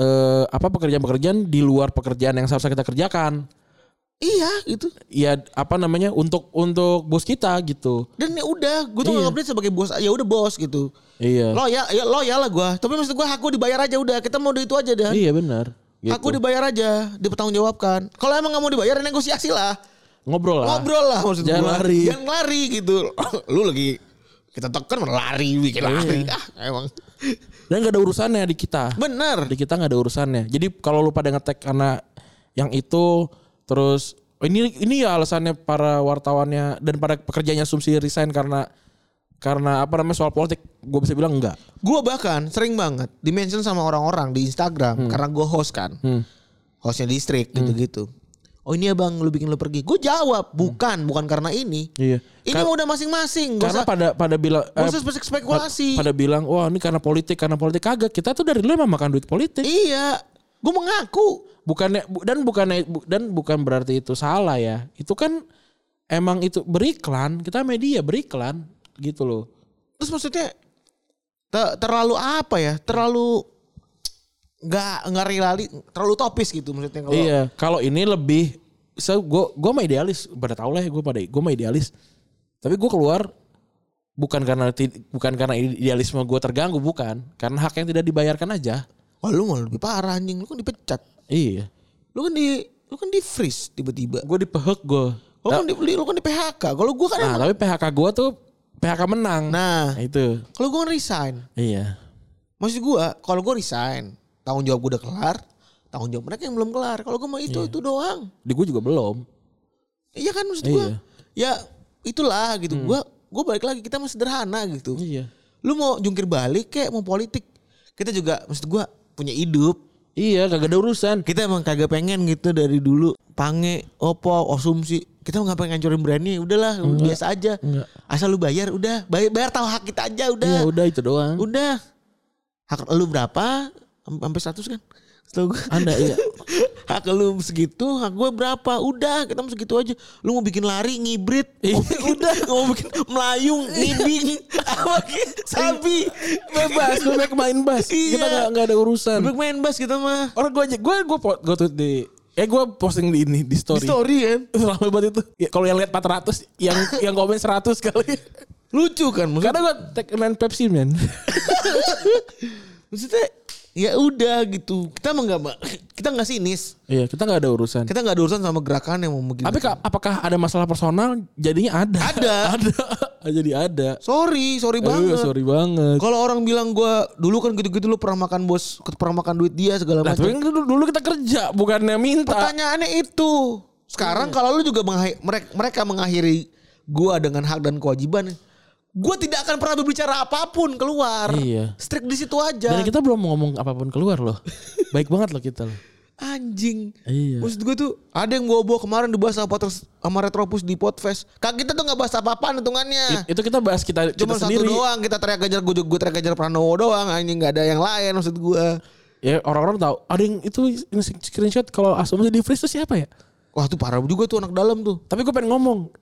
C: eh, apa pekerjaan-pekerjaan di luar pekerjaan yang seharusnya kita kerjakan.
B: Iya gitu.
C: Ya apa namanya untuk untuk bos kita gitu.
B: Dan ya udah, gue tuh
C: Iya.
B: nganggap dia sebagai bos. Ya udah bos gitu.
C: Iya.
B: Loyal, ya loyal lah gue. Tapi maksud gue aku dibayar aja udah. Kita mau itu aja dah.
C: Iya benar. Gitu.
B: Aku dibayar aja, dipertanggungjawabkan. Kalau emang nggak mau dibayar, ya negosiasi lah.
C: ngobrol lah.
B: Ngobrol lah maksud
C: Jangan
B: gua.
C: lari.
B: Jangan lari gitu. Lu lagi kita tekan malah lari, bikin lari.
C: Iya.
B: Ah, emang.
C: Dan gak ada urusannya di kita.
B: Bener.
C: Di kita nggak ada urusannya. Jadi kalau lu pada ngetek karena yang itu terus oh, ini ini ya alasannya para wartawannya dan para pekerjanya asumsi resign karena karena apa namanya soal politik gue bisa bilang enggak
B: Gue bahkan sering banget dimention sama orang-orang di
C: Hmm.
B: Instagram karena gue host kan. Hostnya distrik gitu-gitu. Oh ini abang lu bikin lu pergi. Gue jawab bukan, bukan karena ini.
C: Hmm. iya
B: Ini mah udah masing-masing. Gak
C: karena
B: usah,
C: pada pada bilang
B: gak
C: eh,
B: usah spek- spekulasi.
C: pada bilang wah ini karena politik karena politik kagak kita tuh dari dulu emang makan duit politik
B: Iya. Gue mengaku.
C: bukannya bu- dan bukannya bu- dan bukan berarti itu salah ya itu kan emang itu beriklan kita media beriklan gitu loh
B: Terus maksudnya te- terlalu apa ya? Terlalu nggak nggak relali, terlalu topis gitu maksudnya kalau
C: iya kalau ini lebih so gue gue mah idealis pada tau lah ya gue pada gue mah idealis tapi gue keluar bukan karena ti- bukan karena idealisme gue terganggu bukan karena hak yang tidak dibayarkan aja
B: Wah lu malah lebih parah anjing, lu kan dipecat.
C: iya
B: Lu kan di lu kan di freeze tiba-tiba.
C: gue dipehek gue
B: Lu kan di lu kan di PHK. Kalau gua kan
C: nah
B: emang-
C: tapi PHK gue tuh PHK menang
B: nah,
C: Nah, itu
B: kalau gua kan resign.
C: iya
B: Maksud gua kalau gua resign, tanggung jawab gua udah kelar, tanggung jawab mereka yang belum kelar. Kalau gua mau itu
C: Iya.
B: itu doang.
C: di gue juga belum
B: Iya kan maksud gua.
C: Iya.
B: Ya itulah gitu. Gua gua balik lagi kita masih sederhana gitu.
C: Hmm. iya
B: Lu mau jungkir balik kayak mau politik. Kita juga maksud gua punya hidup.
C: Iya, kagak ada urusan.
B: Kita emang kagak pengen gitu dari dulu Pange, Opo, Osumsi Kita nggak pengen ngancurin brandnya Udahlah biasa aja
C: Enggak.
B: Asal lu bayar udah Bayar, bayar tahu hak kita aja
C: Iya,
B: udah
C: udah itu doang.
B: Udah Hak lu berapa Am- Sampai 100 kan Setahu gua.
C: Anda iya.
B: hak lu segitu, hak gue berapa? Udah, kita mau segitu aja. Lu mau bikin lari ngibrit, Oh, udah mau bikin melayung ngibing, apa kayak sapi Iya. bebas.
C: Lu naik main bas.
B: Iya.
C: Kita nggak nggak ada urusan.
B: Lu main bass kita mah.
C: Orang gue aja, gue gue gue tweet di, eh gue posting di ini di story.
B: Di story kan.
C: Lama banget itu. Ya, kalau yang lihat 400, yang yang komen 100 kali.
B: Lucu kan maksud-
C: Karena gue tag main Pepsi man.
B: maksudnya ya udah gitu. Kita mah nggak kita nggak sinis.
C: iya, kita nggak ada urusan.
B: Kita nggak ada urusan sama gerakan yang mau begini.
C: Tapi ka- apakah ada masalah personal? Jadinya ada.
B: Ada.
C: ada. Jadi ada.
B: sorry, sorry banget.
C: Aduh, sorry banget.
B: Kalau orang bilang gua dulu kan gitu-gitu lu pernah makan bos, pernah makan duit dia segala
C: Nah,
B: macam.
C: tapi kan dulu, dulu kita kerja, bukannya minta.
B: Pertanyaannya itu.
C: Iya.
B: Sekarang kalau lu juga mengha- mereka, mereka mengakhiri gua dengan hak dan kewajiban, gua tidak akan pernah berbicara apapun keluar.
C: Iya.
B: Strict di situ aja.
C: Dan kita belum ngomong apapun keluar loh. Baik banget loh kita loh.
B: Anjing.
C: Iya.
B: Maksud gue tuh ada yang gua bawa kemarin dibahas sama, Potters- sama Retropus di Podfest. Kak kita tuh nggak bahas apa-apaan hitungannya.
C: It- itu kita bahas Iya, kita
B: Cuma
C: kita
B: satu
C: sendiri.
B: doang kita teriak gajar gue gue teriak gajar Pranowo doang anjing nggak ada yang lain maksud gua.
C: Ya orang-orang tahu. Ada yang itu yang screenshot kalau asumsi di freeze itu siapa ya?
B: Wah tuh parah juga tuh anak dalam tuh.
C: Tapi gue pengen ngomong.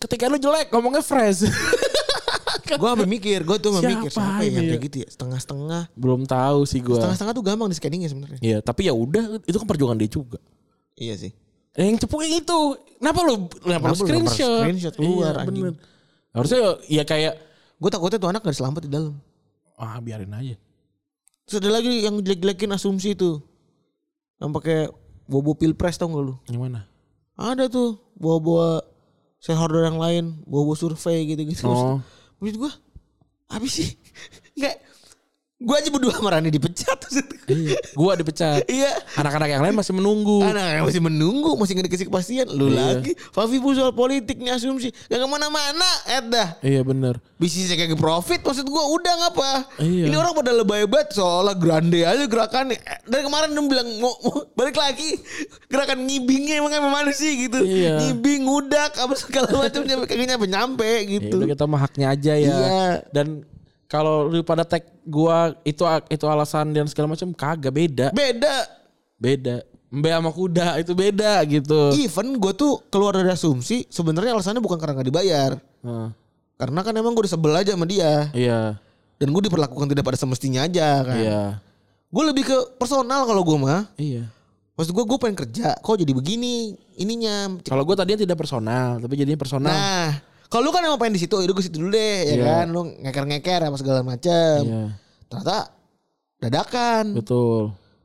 C: Ketika lu jelek ngomongnya fresh.
B: Gua sampai mikir, gua tuh sampai
C: Siapa
B: mikir siapa ya yang
C: ini?
B: kayak gitu ya setengah-setengah.
C: Belum tahu sih gue.
B: Setengah-setengah tuh gampang di scanningnya sebenarnya.
C: Iya, tapi ya udah itu kan perjuangan dia juga.
B: Iya sih.
C: Yang cepu yang itu. Kenapa lu kenapa lu
B: Kenapa lu lempar
C: screenshot?
B: screenshot keluar,
C: iya,
B: anjing.
C: bener. Harusnya ya kayak
B: Gue takutnya tuh anak gak diselamat di dalam.
C: ah biarin aja.
B: Terus ada lagi yang jelek-jelekin asumsi itu. Yang pakai bobo pilpres tau gak lu?
C: Gimana?
B: Ada tuh bawa-bawa shareholder yang lain, bawa-bawa survei gitu-gitu.
C: Oh.
B: Maksud gue, habis sih. Enggak. Gue aja berdua sama Rani dipecat.
C: Iya, gua dipecat.
B: iya.
C: Anak-anak yang lain masih menunggu.
B: Anak masih menunggu, masih nggak dikasih kepastian. Lu
C: Iya.
B: lagi, Fafi bu soal politik nih asumsi. Gak kemana-mana, edah.
C: Iya bener.
B: bisnisnya kagak profit maksud gua udah ngapa
C: Iya.
B: ini orang pada lebay banget seolah grande aja gerakannya Eh, dari kemarin dia bilang mau, mau balik lagi gerakan ngibingnya emang emang mana sih gitu
C: Iya.
B: ngibing ngudak apa segala macam nyampe kayaknya nyampe nyampe
C: Ya
B: gitu
C: udah kita mah haknya aja ya.
B: Iya.
C: Dan kalau lu pada tag gua itu itu alasan dan segala macam kagak beda.
B: beda
C: Beda. Mbe sama kuda itu beda gitu.
B: even gue tuh keluar dari asumsi sebenarnya alasannya bukan karena nggak dibayar
C: Nah,
B: karena kan emang gue udah sebel aja sama dia
C: iya.
B: dan gue diperlakukan tidak pada semestinya aja kan
C: Iya.
B: gue lebih ke personal kalau gue mah
C: Iya.
B: maksud gue gue pengen kerja kok jadi begini ininya
C: Kalau gue tadinya tidak personal, tapi jadinya personal.
B: nah kalau lu kan emang pengen di situ itu ke situ dulu deh ya
C: Iya.
B: kan lu ngeker ngeker apa segala macem
C: Iya.
B: ternyata dadakan
C: Betul.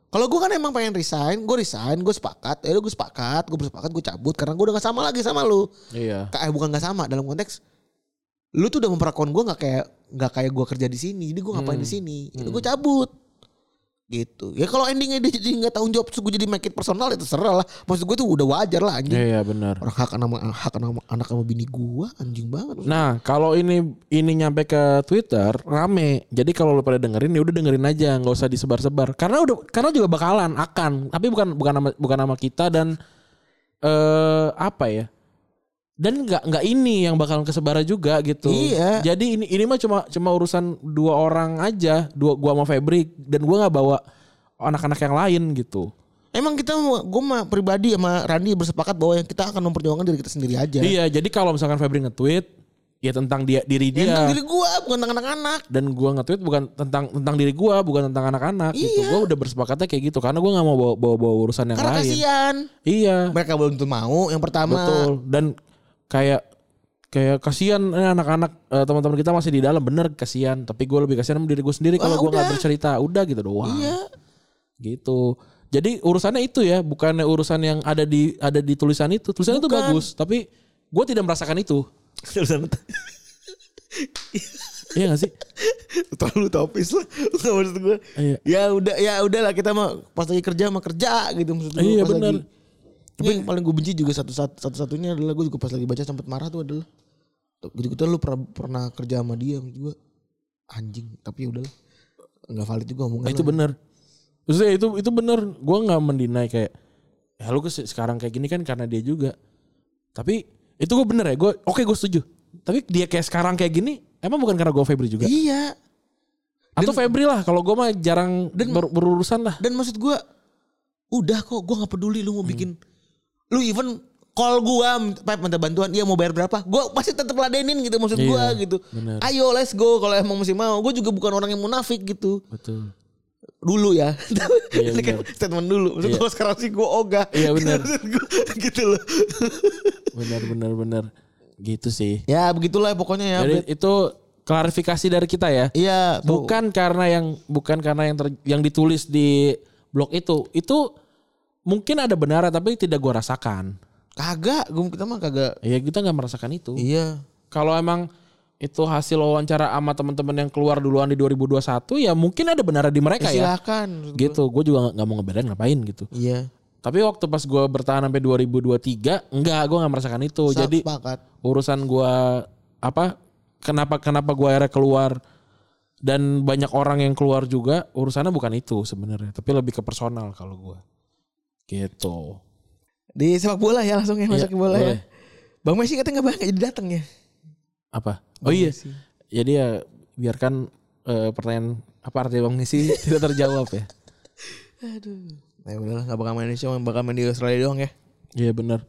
B: Kalau gue kan emang pengen resign, gue resign, gue sepakat, ya gue sepakat, gue bersepakat, gue cabut karena gue udah gak sama lagi sama lu.
C: Iya.
B: Kayak eh, bukan gak sama dalam konteks lu tuh udah memperlakukan gue nggak kayak nggak kayak gue kerja di sini, jadi gue ngapain
C: Hmm.
B: di sini, itu gue cabut gitu. Ya kalau endingnya dia jadi nggak tanggung jawab, terus gue jadi make it personal itu terserah lah. Maksud gue tuh udah wajar lah anjing.
C: Iya, benar.
B: Orang hak nama hak nama anak sama bini gue anjing banget.
C: Nah, kalau ini ini nyampe ke Twitter rame. Jadi kalau lu pada dengerin ya udah dengerin aja, nggak usah disebar-sebar. Karena udah karena juga bakalan akan, tapi bukan bukan nama bukan nama kita dan eh apa ya? Dan nggak nggak ini yang bakalan kesebara juga gitu.
B: Iya.
C: Jadi ini ini mah cuma cuma urusan dua orang aja, dua gua sama Febri dan gua nggak bawa anak-anak yang lain gitu.
B: Emang kita gue mah pribadi sama Randi bersepakat bahwa yang kita akan memperjuangkan diri kita sendiri aja.
C: Iya, jadi kalau misalkan Febri nge-tweet ya tentang dia diri
B: Ya,
C: dia.
B: tentang diri gue bukan tentang anak-anak.
C: dan gua nge-tweet bukan tentang tentang diri gua bukan tentang anak-anak gitu
B: Iya.
C: gua udah bersepakatnya kayak gitu karena gua nggak mau bawa, bawa bawa urusan yang
B: Karena
C: lain
B: kasihan.
C: iya
B: Mereka belum tentu mau yang pertama.
C: betul dan kayak kayak kasihan eh, anak-anak eh, teman-teman kita masih di dalam bener kasihan tapi gua lebih kasihan sama diri gua sendiri
B: Wah,
C: kalau gua nggak
B: udah.
C: bercerita udah gitu doang
B: Iya.
C: gitu jadi urusannya itu ya bukannya urusan yang ada di ada di tulisan itu tulisan itu
B: Bukan.
C: bagus tapi gua tidak merasakan itu iya gak sih
B: Terlalu topis lah. Nggak maksud gue.
C: Iya.
B: Ya udah ya udahlah kita mah pas lagi kerja mah kerja gitu maksud gue.
C: Iya,
B: pas
C: bener.
B: lagi- Tapi yang paling gue benci juga satu satu satunya adalah gue juga pas lagi baca sempat marah tuh adalah gitu gitu lu pernah, pernah kerja sama dia maksud gue anjing tapi ya udahlah nggak valid juga omongan
C: Ah, itu
B: lu.
C: bener Maksudnya itu itu bener gue nggak mendinai kayak ya lu kes- sekarang kayak gini kan karena dia juga tapi itu gue bener ya gue oke gue setuju tapi dia kayak sekarang kayak gini emang bukan karena gue Febri juga
B: iya
C: atau Febri lah kalau gue mah jarang ber- berurusan lah
B: dan maksud gue udah kok gue nggak peduli lu mau
C: Hmm.
B: bikin lu even call gue Pep minta bantuan iya mau bayar berapa gue pasti tetap ladenin gitu maksud
C: Iya,
B: gue gitu
C: bener.
B: ayo let's go kalau emang masih mau gue juga bukan orang yang munafik gitu
C: betul
B: dulu ya
C: Iya,
B: Ini kan statement dulu maksud
C: Iya.
B: kalau sekarang sih gue ogah
C: Iya, bener.
B: Maksud gua, gitu loh
C: bener bener bener gitu sih
B: ya begitulah pokoknya ya
C: jadi itu klarifikasi dari kita ya
B: iya tuh.
C: bukan karena yang bukan karena yang ter- yang ditulis di blog itu itu mungkin ada benarnya tapi tidak gue rasakan
B: kagak gue kita mah kagak
C: Ya kita nggak merasakan itu.
B: iya
C: Kalau emang itu hasil wawancara sama teman-teman yang keluar duluan di 2021 ya mungkin ada benar di mereka ya.
B: silakan maksud gua.
C: Gitu, gue juga nggak- nggak mau ngebedain ngapain gitu.
B: iya
C: Tapi waktu pas gue bertahan sampai 2023, enggak, gue nggak merasakan itu. Oh, Jadi
B: sepakat
C: urusan gue apa? Kenapa kenapa gue akhirnya keluar dan banyak orang yang keluar juga urusannya bukan itu sebenarnya, tapi lebih ke personal kalau gue. Gitu.
B: di sepak bola ya langsung ya masuk ke
C: Iya,
B: bola ya
C: boleh.
B: Bang Messi katanya nggak bakal jadi datang ya.
C: Apa? Oh iya.
B: Messi.
C: Jadi ya biarkan eh, pertanyaan apa arti Bang Messi tidak terjawab ya.
B: Nah, udahlah nggak bakal main Indonesia, cuma bakal main di Australia doang ya.
C: Iya benar.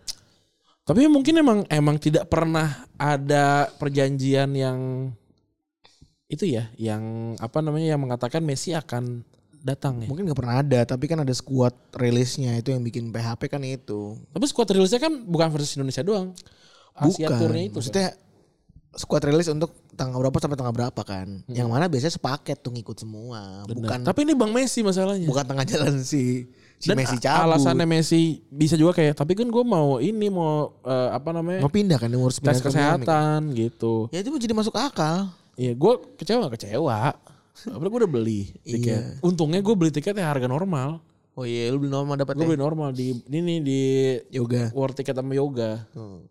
C: Tapi mungkin emang emang tidak pernah ada perjanjian yang itu ya, yang apa namanya yang mengatakan Messi akan datang ya.
B: Mungkin nggak pernah ada, tapi kan ada squad rilisnya itu yang bikin PHP kan itu.
C: Tapi squad rilisnya kan bukan versus Indonesia doang. Asia tournya itu. kan.
B: Maksudnya squad rilis untuk tanggal berapa sampai tanggal berapa kan? Yang mana biasanya sepaket tuh ngikut semua,
C: Hmm. Benar.
B: bukan
C: Tapi ini Bang Messi masalahnya.
B: bukan tengah jalan si si
C: Dan
B: Messi
C: a-
B: cabut.
C: alasannya Messi bisa juga kayak tapi kan gue mau ini mau eh, apa namanya?
B: mau pindah kan umur
C: tes kesehatan gitu.
B: Ya itu jadi masuk akal.
C: Iya, gue kecewa gak kecewa. Apalagi gue udah beli tiket. Untungnya gue beli tiketnya harga normal.
B: Oh iya, lu belum normal dapat
C: Gue beli normal di ini nih di
B: yoga.
C: World Ticket sama Yoga.
B: Hmm.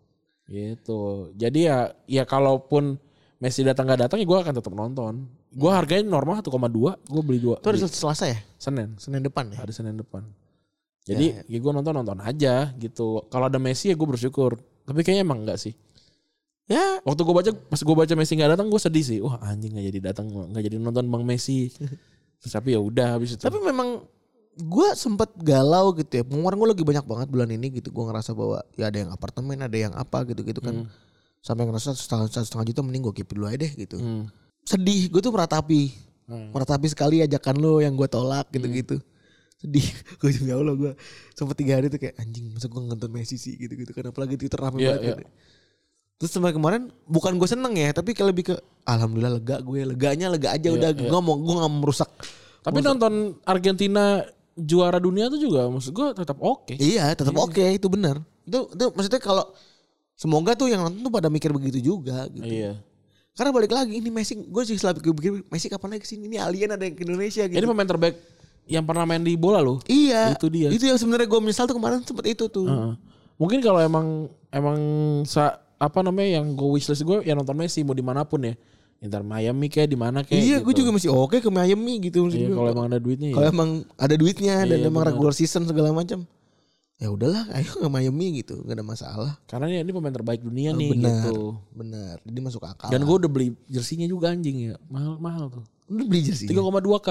C: Gitu. Jadi ya ya kalaupun Messi datang gak datang ya gue akan tetap nonton. Gue harganya normal 1,2, gue beli dua.
B: Itu hari Selasa ya?
C: Senin,
B: Senin depan ya?
C: hari Senin depan. Jadi Iya. ya, gue nonton nonton aja gitu. Kalau ada Messi ya gue bersyukur. Tapi kayaknya emang enggak sih.
B: Ya,
C: Waktu gue baca pas gue baca Messi nggak datang gue sedih sih. Wah anjing nggak jadi datang nggak jadi nonton Bang Messi. Terus tapi ya udah habis itu.
B: Tapi memang gue sempet galau gitu ya. Pengeluaran gue lagi banyak banget bulan ini gitu. Gue ngerasa bahwa ya ada yang apartemen,
C: Hmm.
B: ada yang apa gitu-gitu kan. Sampai ngerasa setengah, satu setengah juta mending gue keep dulu aja deh gitu.
C: Hmm.
B: sedih gue tuh meratapi
C: Hmm.
B: meratapi sekali ajakan lo yang gue tolak gitu-gitu sedih gue juga ya Allah gue sempet tiga hari tuh kayak anjing masa gue nonton Messi sih gitu-gitu kan apalagi Twitter rame banget
C: Iya, iya.
B: kan. terus sampai kemarin bukan gue seneng ya tapi kayak lebih ke alhamdulillah lega gue leganya lega aja udah
C: iya.
B: gue mau gue nggak mau merusak
C: Tapi nonton Argentina juara dunia tuh juga maksud gue tetap oke.
B: Iya, tetap oke itu benar. Itu itu maksudnya kalau semoga tuh yang nonton tuh pada mikir begitu juga gitu.
C: Iya.
B: Karena balik lagi ini Messi, gue sih selalu pikir Messi kapan lagi kesini? Ini alien ada yang ke Indonesia gitu.
C: Ini pemain terbaik yang pernah main di bola loh.
B: iya.
C: itu dia. Ah,
B: Itu yang sebenarnya gue menyesal tuh kemarin sempet itu tuh.
C: Heeh. Mungkin kalau emang emang sa, apa namanya yang gue wishlist gue ya nonton Messi mau dimanapun ya. Inter Miami kayak di mana kayak.
B: iya, gue
C: gitu.
B: juga masih oke ke Miami gitu maksud
C: Iya,
B: gua.
C: kalau emang ada duitnya.
B: Kalau
C: Ya.
B: emang ada duitnya dan
C: Iya,
B: emang
C: benar.
B: regular season segala macam. Ya udahlah, ayo ke Miami gitu, gak ada masalah.
C: Karena ya, ini, ini pemain terbaik dunia nih
B: Oh, Benar.
C: gitu.
B: Benar. Jadi masuk akal.
C: Dan gue udah beli jersinya juga anjing ya. Mahal-mahal tuh.
B: lu beli jersey.
C: 3,2k.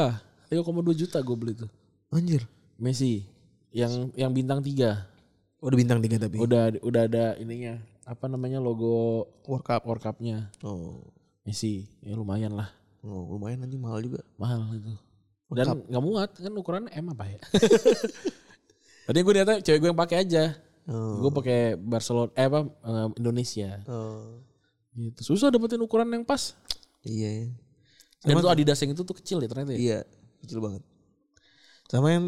C: 3,2 juta gue beli tuh.
B: Anjir.
C: Messi yang yang bintang 3.
B: Udah bintang 3 tapi.
C: Udah udah ada ininya apa namanya logo
B: World Cup.
C: World Cup-nya
B: Oh.
C: Messi. Ya lumayan lah.
B: Oh, lumayan anjing mahal juga.
C: Mahal itu. Dan nggak muat kan ukuran M apa ya? Tadi gue lihatnya cewek gue yang pakai aja.
B: Oh.
C: Gue pakai Barcelona eh apa eh, Indonesia.
B: Oh.
C: Gitu. Susah dapetin ukuran yang pas.
B: Iya.
C: Dan tuh Adidas yang itu tuh kecil ya ternyata ya.
B: kan? Iya, kecil banget. Sama yang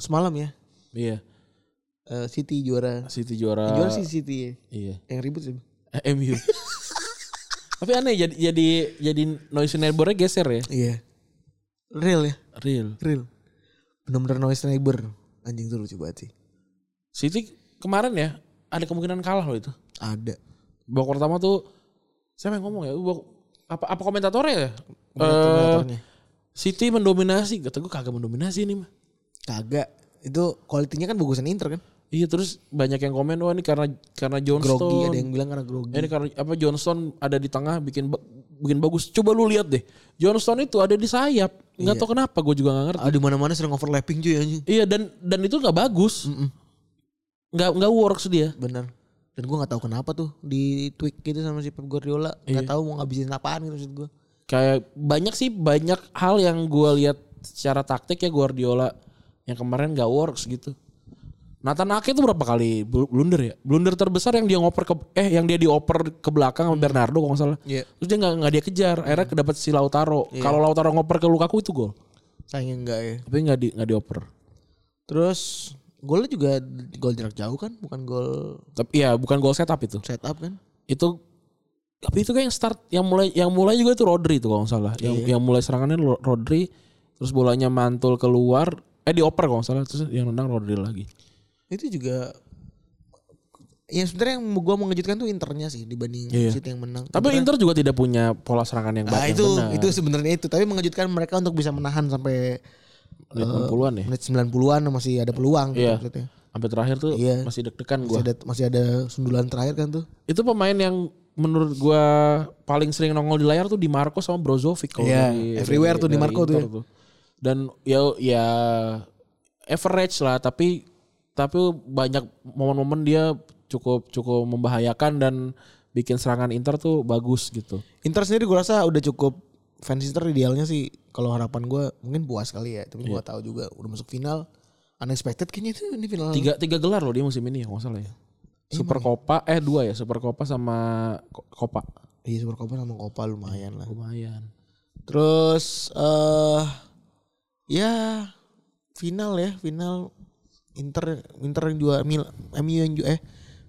B: semalam ya,
C: Iya.
B: eh, City juara.
C: City juara.
B: Yang juara sih City ya.
C: Iya.
B: Yang ribut sih.
C: Eh, MU. Tapi aneh jadi jadi jadi noise neighbornya geser ya.
B: Iya. Real ya,
C: Real.
B: real. Benar-benar noise neighbor. Anjing tuh lucu banget sih.
C: City kemarin ya ada kemungkinan kalah loh itu.
B: Ada.
C: Babak pertama tuh siapa yang ngomong ya? Babak- apa apa komentatornya ya? Eh,
B: Komentatornya.
C: City mendominasi, kata gue kagak mendominasi ini mah.
B: Kagak. Itu kualitinya kan bagusan Inter kan.
C: Iya terus banyak yang komen wah ini karena karena Johnston.
B: Grogi ada yang bilang karena grogi.
C: Ini karena apa Johnston ada di tengah bikin ba- bikin bagus. Coba lu lihat deh. Johnston itu ada di sayap. Nggak
B: Iya.
C: tahu kenapa gue juga nggak ngerti.
B: Ah, di mana-mana sering overlapping cuy anjing.
C: Iya dan dan itu nggak bagus.
B: Mm-mm.
C: Nggak nggak works dia.
B: Bener. Dan gue nggak tahu kenapa tuh di tweak gitu sama si Pep Guardiola nggak
C: Iya.
B: tahu mau ngabisin apaan gitu maksud gue.
C: Kayak banyak sih banyak hal yang gue lihat secara taktik ya Guardiola yang kemarin nggak works gitu. Nathan Ake itu berapa kali bl- blunder ya? Blunder terbesar yang dia ngoper ke eh yang dia dioper ke belakang sama Bernardo kalau nggak salah.
B: Iya.
C: Terus dia nggak nggak dia kejar, akhirnya kedapat si Lautaro. Kalau Lautaro ngoper ke Lukaku itu gol.
B: Sayangnya enggak ya.
C: Tapi nggak di nggak dioper.
B: Terus golnya juga gol jarak jauh kan, bukan gol
C: Tapi ya bukan gol setup itu.
B: setup kan?
C: Itu tapi itu kayak yang start yang mulai yang mulai juga itu Rodri itu kalau nggak salah. Yang
B: Iya.
C: yang mulai serangannya Lo- Rodri terus bolanya mantul keluar eh dioper kalau nggak salah terus yang nendang Rodri lagi.
B: Itu juga ya sebenarnya yang gua mengejutkan tuh Internya sih dibanding
C: Iya.
B: City yang menang.
C: Tapi Inter juga tidak punya pola serangan yang
B: nah,
C: baik.
B: itu
C: yang benar.
B: itu sebenarnya itu, tapi mengejutkan mereka untuk bisa menahan sampai
C: menit 60-an ya.
B: menit 90-an masih ada peluang gitu
C: Iya.
B: maksudnya.
C: Sampai terakhir tuh
B: Iya.
C: masih deg-degan
B: Masih
C: gua.
B: ada masih ada sundulan terakhir kan tuh.
C: Itu pemain yang menurut gua paling sering nongol di layar tuh di Marco sama Brozovic kalau
B: Iya,
C: dari-
B: everywhere tuh
C: dari-
B: Di
C: dari
B: Marco tuh
C: Inter Dan ya ya average lah tapi tapi banyak momen-momen dia cukup cukup membahayakan dan bikin serangan Inter tuh bagus gitu.
B: Inter sendiri gue rasa udah cukup fans Inter idealnya sih kalau harapan gue mungkin puas kali ya tapi gue tahu juga udah masuk final unexpected kayaknya itu ini final
C: Tiga tiga gelar loh dia musim ini ya kalau nggak salah
B: Iya.
C: ya. Super Copa eh dua ya, Super Copa sama Ko- Copa.
B: iya Super Copa sama Copa lumayan lah
C: Lumayan.
B: terus eh ya final ya final Inter Inter yang juara Mil, MU yang juara eh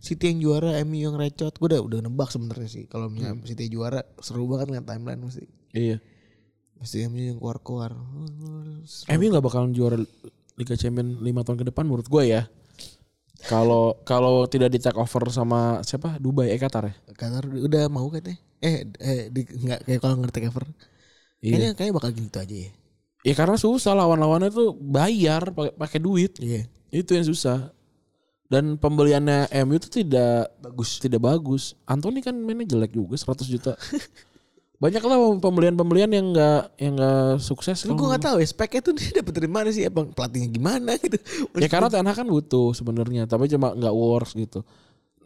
B: City yang juara MU yang recot gue udah udah nebak sebenarnya sih kalau misalnya City juara seru banget ngeliat timeline mesti
C: Iya.
B: pasti MU yang keluar-keluar
C: MU nggak bakalan juara Liga Champions 5 tahun ke depan menurut gue ya. Kalau kalau tidak di take over sama siapa? Dubai eh Qatar ya.
B: Qatar udah mau katanya. Eh, eh di, nggak kayak kalau ngerti cover. Kayaknya kayaknya bakal gitu aja ya.
C: Iya. Ya karena susah lawan-lawannya tuh bayar pakai pakai duit.
B: Iya.
C: Itu yang susah. Dan pembeliannya MU itu tidak bagus, tidak bagus. Anthony kan mainnya jelek juga 100 juta. Banyak lah pembelian-pembelian yang nggak yang nggak sukses. kan.
B: Tapi gue nggak tahu ya speknya tuh dia dapet dari mana sih? Abang pelatihnya gimana gitu?
C: Ya karena Ten Hag kan butuh sebenarnya, tapi cuma nggak works gitu.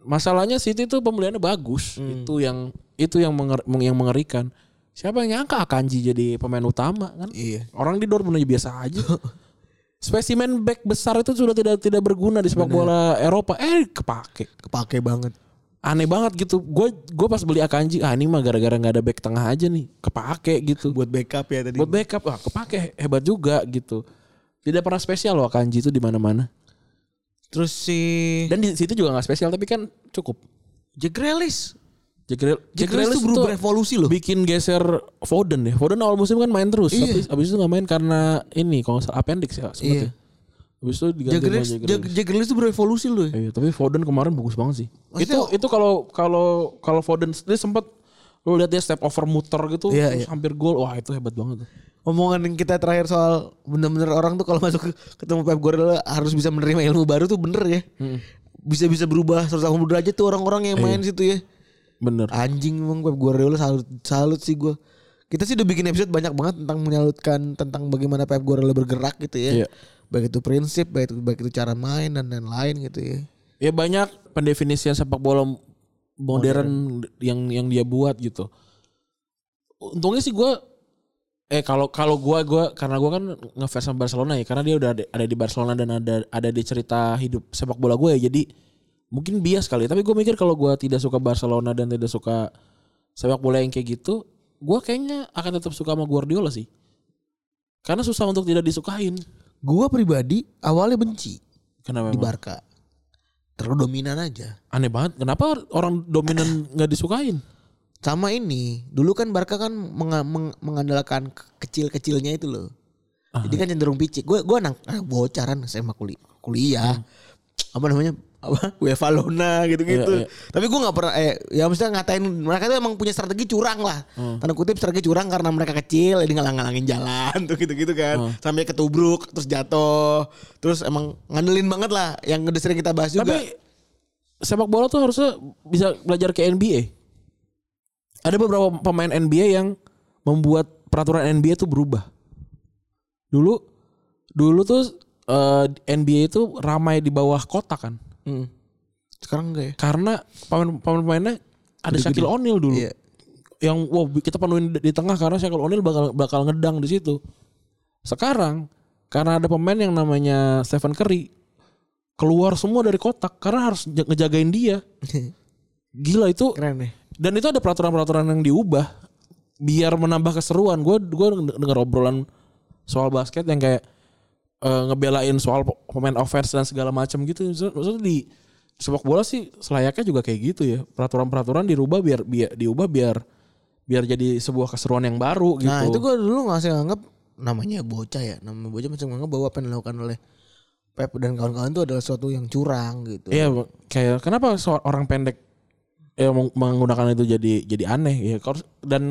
C: Masalahnya City tuh pembeliannya bagus, itu yang itu yang menger- meng- yang mengerikan. Siapa yang nyangka Akanji jadi pemain utama kan?
B: Iya.
C: Orang di Dortmund aja biasa aja. Spesimen back besar itu sudah tidak tidak berguna di sepak bola Eropa. Eh kepake.
B: Kepake banget.
C: Aneh banget gitu. Gue gue pas beli Akanji, ah ini mah gara-gara nggak ada back tengah aja nih. Kepake gitu.
B: Buat backup ya tadi.
C: Buat backup, ah kepake hebat juga gitu. Tidak pernah spesial loh Akanji itu di mana-mana.
B: Terus si
C: Dan di situ juga nggak spesial tapi kan cukup.
B: Jack Grealish.
C: Jack Iya.
B: Jack Grealish tuh berubah evolusi loh.
C: bikin geser Foden ya. Foden awal musim kan main terus,
B: Iya.
C: tapi abis itu nggak main karena ini kalau nggak salah appendix ya
B: Iya.
C: sempet ya. Abis itu diganti
B: Jack
C: sama
B: Grealish,
C: Jack
B: Jack,
C: Grealish.
B: Jack Grealish tuh berevolusi loh. ya.
C: Iya, tapi Foden kemarin bagus banget sih.
B: Maksudnya-
C: itu itu kalau kalau kalau Foden dia sempat lu lihat dia step over muter gitu
B: Iya,
C: terus
B: iya.
C: hampir gol. Wah, itu hebat banget.
B: Omongan yang kita terakhir soal bener-bener orang tuh kalau masuk ke- ketemu Pep Guardiola harus bisa menerima ilmu baru tuh bener ya.
C: Hmm.
B: Bisa-bisa berubah 180 derajat tuh orang-orang yang main
C: Iya.
B: situ ya.
C: Bener.
B: Anjing emang Pep Guardiola salut, salut sih gue. Kita sih udah bikin episode banyak banget tentang menyalutkan tentang bagaimana Pep Guardiola bergerak gitu ya.
C: Iya.
B: Baik itu prinsip, baik itu, baik itu cara main dan lain-lain gitu ya.
C: Ya banyak pendefinisian sepak bola modern, yang yang dia buat gitu. Untungnya sih gue eh kalau kalau gue gua karena gue kan ngefans sama Barcelona ya karena dia udah ada, ada di Barcelona dan ada ada di cerita hidup sepak bola gue ya jadi mungkin bias kali tapi gue mikir kalau gue tidak suka Barcelona dan tidak suka sepak bola yang kayak gitu gue kayaknya akan tetap suka sama Guardiola sih karena susah untuk tidak disukain
B: Gue pribadi awalnya benci
C: kenapa
B: di
C: emang?
B: Barca. Terlalu dominan aja.
C: aneh banget kenapa orang dominan nggak disukain
B: Sama ini, dulu kan Barca kan menga- meng- mengandalkan ke- kecil-kecilnya itu loh. Jadi kan cenderung picik. Gue gue anak anak ah, bocaran SMA kuli- kuliah. Apa namanya? Apa? UEFA Lona gitu-gitu.
C: Iya, iya.
B: Tapi gue nggak pernah eh ya maksudnya ngatain mereka tuh emang punya strategi curang lah.
C: Hmm.
B: Tanda kutip strategi curang karena mereka kecil jadi ngalang-ngalangin jalan tuh gitu-gitu kan.
C: Hmm.
B: Sampai ketubruk terus jatuh. Terus emang ngandelin banget lah yang udah sering kita bahas juga.
C: Tapi sepak bola tuh harusnya bisa belajar ke NBA. Ada beberapa pemain NBA yang membuat peraturan NBA itu berubah. Dulu dulu tuh eh, NBA itu ramai di bawah kotak kan.
B: Hmm. Sekarang enggak ya?
C: Karena pemain- pemain-pemainnya ada Shaquille O'Neal dulu.
B: Iya.
C: Yang wow kita penuhin di di tengah karena Shaquille O'Neal bakal bakal ngedang di situ. Sekarang karena ada pemain yang namanya Stephen Curry keluar semua dari kotak karena harus nge- ngejagain dia. Gila itu
B: Keren nih.
C: dan itu ada peraturan-peraturan yang diubah biar menambah keseruan. Gue gue denger obrolan soal basket yang kayak eh, ngebelain soal pe- pemain offense dan segala macam gitu. Maksud- Maksudnya di sepak bola sih selayaknya juga kayak gitu ya. Peraturan-peraturan dirubah biar biar diubah biar biar jadi sebuah keseruan yang baru gitu.
B: Nah itu gue dulu masih nganggap namanya bocah ya, namanya bocah masih nganggap bahwa apa yang dilakukan oleh Pep dan kawan-kawan itu adalah sesuatu yang curang gitu.
C: Iya, kayak kenapa soal orang pendek eh, meng- menggunakan itu jadi jadi aneh ya. Kalau- Dan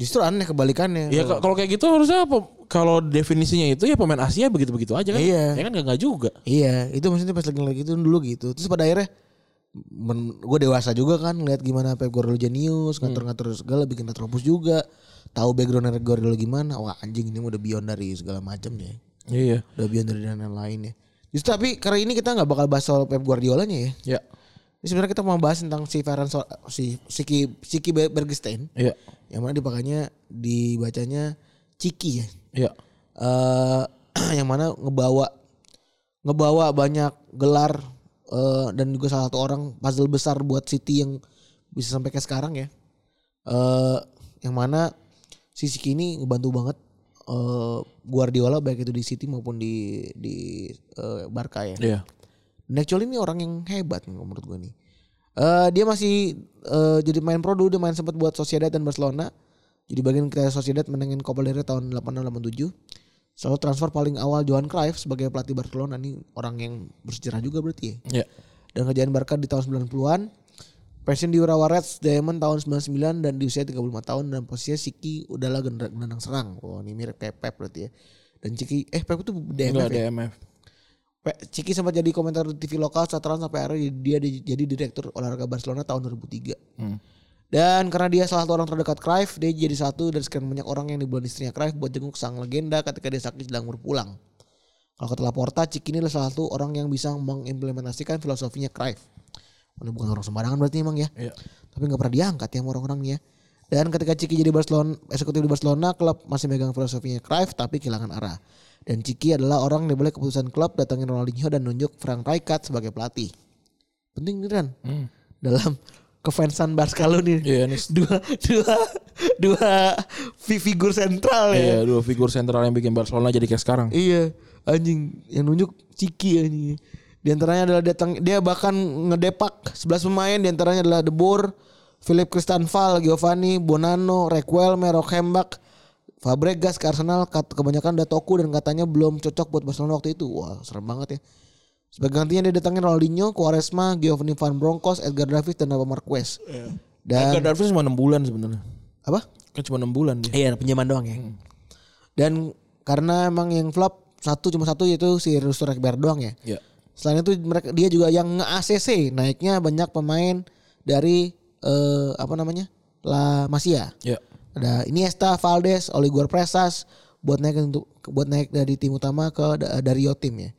B: Justru aneh kebalikannya.
C: Ya
B: Kalau-
C: kalau kayak gitu harusnya apa- kalau definisinya itu ya pemain Asia begitu-begitu aja kan.
B: Iya.
C: Ya kan enggak juga.
B: Iya, itu maksudnya pas lagi-lagi itu dulu gitu. Terus pada akhirnya gue dewasa juga kan ngeliat gimana Pep Guardiola
C: Hmm.
B: jenius ngatur-ngatur segala bikin retropus juga tahu background Guardiola gimana wah anjing ini mah udah beyond dari segala macam ya
C: Iya.
B: udah beyond dari dan lain-lain ya justru tapi karena ini kita nggak bakal bahas soal Pep Guardiolanya ya
C: Ya.
B: Ini sebenarnya kita mau bahas tentang si Ferran Sol- si Siki Siki Ber- Bergestein
C: Iya.
B: yang mana dipakainya dibacanya Ciki ya.
C: Iya.
B: Eh yang mana ngebawa ngebawa banyak gelar eh, dan juga salah satu orang puzzle besar buat City yang bisa sampai ke sekarang ya. Eh yang mana si Siki ini ngebantu banget eh, Guardiola baik itu di City maupun di di eh, Barca ya.
C: Iya.
B: Dan actually ini orang yang hebat nih menurut gue nih. Eh, dia masih eh, jadi main pro dulu, dia main sempat buat Sociedad dan Barcelona. Jadi bagian kita Sociedad menangin Copa del Rey tahun 86-87. Selalu transfer paling awal Johan Cruyff sebagai pelatih Barcelona nih orang yang bersejarah juga berarti ya.
C: Iya.
B: Dan kerjaan Barca di tahun 90-an. Pensiun di Urawa Reds Diamond tahun 99 dan di usia 35 tahun dan posisinya Siki udahlah gener- gelandang serang. Wah, ini mirip kayak Pep berarti ya. Dan Siki eh Pep itu
C: Enggak
B: DMF ya?
C: ada MF.
B: Pe- Ciki sempat jadi komentator TV lokal setelah sampai akhirnya dia di- jadi direktur olahraga Barcelona tahun 2003. Dan karena dia salah satu orang terdekat Cruyff, dia jadi satu dari sekian banyak orang yang dibuat istrinya Cruyff buat jenguk sang legenda ketika dia sakit sedang berpulang. Kalau kata Laporta, Ciki ini adalah salah satu orang yang bisa mengimplementasikan filosofinya Cruyff. Ini bukan orang sembarangan berarti emang ya.
C: Iya.
B: Tapi nggak pernah diangkat ya sama orang-orangnya. Dan ketika Ciki jadi Barcelona, eksekutif di Barcelona, klub masih megang filosofinya Cruyff tapi kehilangan arah. Dan Ciki adalah orang yang boleh keputusan klub datangin Ronaldinho dan nunjuk Frank Rijkaard sebagai pelatih. Penting nih Ran. Dalam kefansan Barca lu nih.
C: Hmm. Iya, ini s-
B: Dua dua dua fi- figur sentral ya.
C: iya, dua figur sentral yang bikin Barcelona jadi kayak sekarang.
B: Iya, anjing yang nunjuk Ciki anjing. Di antaranya adalah datang dia bahkan ngedepak 11 pemain di antaranya adalah De Boer, Philip Kristanval, Giovanni, Bonanno, Requelme, Rockhembach, Fabregas ke Arsenal kat- kebanyakan udah toku dan katanya belum cocok buat Barcelona waktu itu. Wah, serem banget ya. Sebagai gantinya dia datangin Ronaldinho, Quaresma, Giovanni Van Bronckhorst, Edgar Davis dan Alvaro Marquez. Dan
C: Eh, Edgar Davis cuma 6 bulan sebenarnya.
B: apa?
C: Kan cuma 6 bulan dia.
B: Iya pinjaman doang ya. Dan karena emang yang flop satu cuma satu yaitu si Rusto Rekber doang ya.
C: Iya.
B: Selain itu mereka dia juga yang nge-ACC naiknya banyak pemain dari eh, apa namanya? La Masia.
C: Iya.
B: Ada Iniesta, Valdes, Oligor Presas buat naik untuk buat naik dari tim utama ke da- dari Yo tim ya.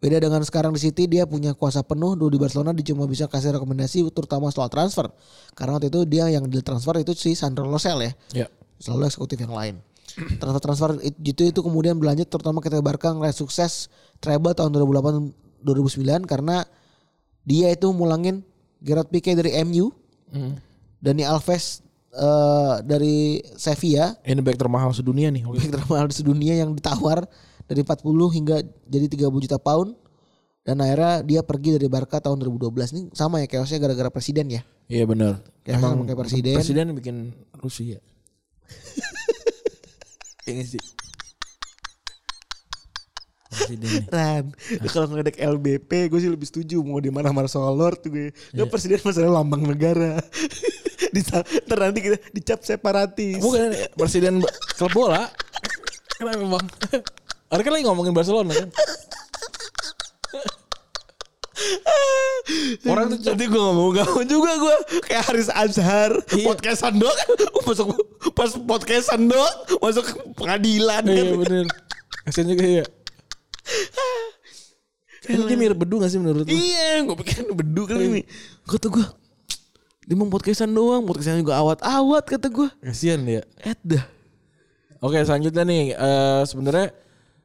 B: Beda dengan sekarang di City dia punya kuasa penuh dulu di Barcelona dia cuma bisa kasih rekomendasi terutama soal transfer. Karena waktu itu dia yang deal transfer itu si Sandro Losel ya
C: Iya.
B: selalu eksekutif yang lain. Transfer-transfer it- gitu, itu itu kemudian berlanjut terutama ketika Barca ngeraih sukses treble tahun 2008 2009 karena dia itu mulangin Gerard Pique dari MU, Dani Alves eh, dari Sevilla,
C: Ini back termahal sedunia nih.
B: back termahal di dunia yang ditawar dari 40 hingga jadi 30 juta pound dan akhirnya dia pergi dari Barca tahun 2012 ini sama ya chaosnya gara-gara presiden ya.
C: Iya benar.
B: Kayak sama kayak presiden.
C: Presiden bikin Rusia. Ini sih. Presiden.
B: Ran, lu Nah, kalau ngeledek LBP gue sih lebih setuju mau di mana marah soal Lord tuh gue. Lu
C: Iya.
B: presiden masalah lambang negara. Disa- Ntar nanti kita dicap separatis.
C: Bukan eh, presiden ba- klub bola. Kenapa bang? Orang kan lagi ngomongin Barcelona kan. Orang tuh
B: Nanti gue ngomong ngomong juga gue kayak Haris Azhar
C: Iya.
B: podcastan doang masuk pas podcastan doang masuk ke pengadilan kan.
C: iya bener. Kasian juga ya. Ini dia mirip bedu gak sih menurut lu?
B: Iya, gue pikir ini bedu kali
C: Iya.
B: ini. Kata gue, dia mau podcastan doang, podcastan juga awat-awat kata gue.
C: Kasian dia.
B: Eh dah.
C: Oke selanjutnya nih eh, sebenarnya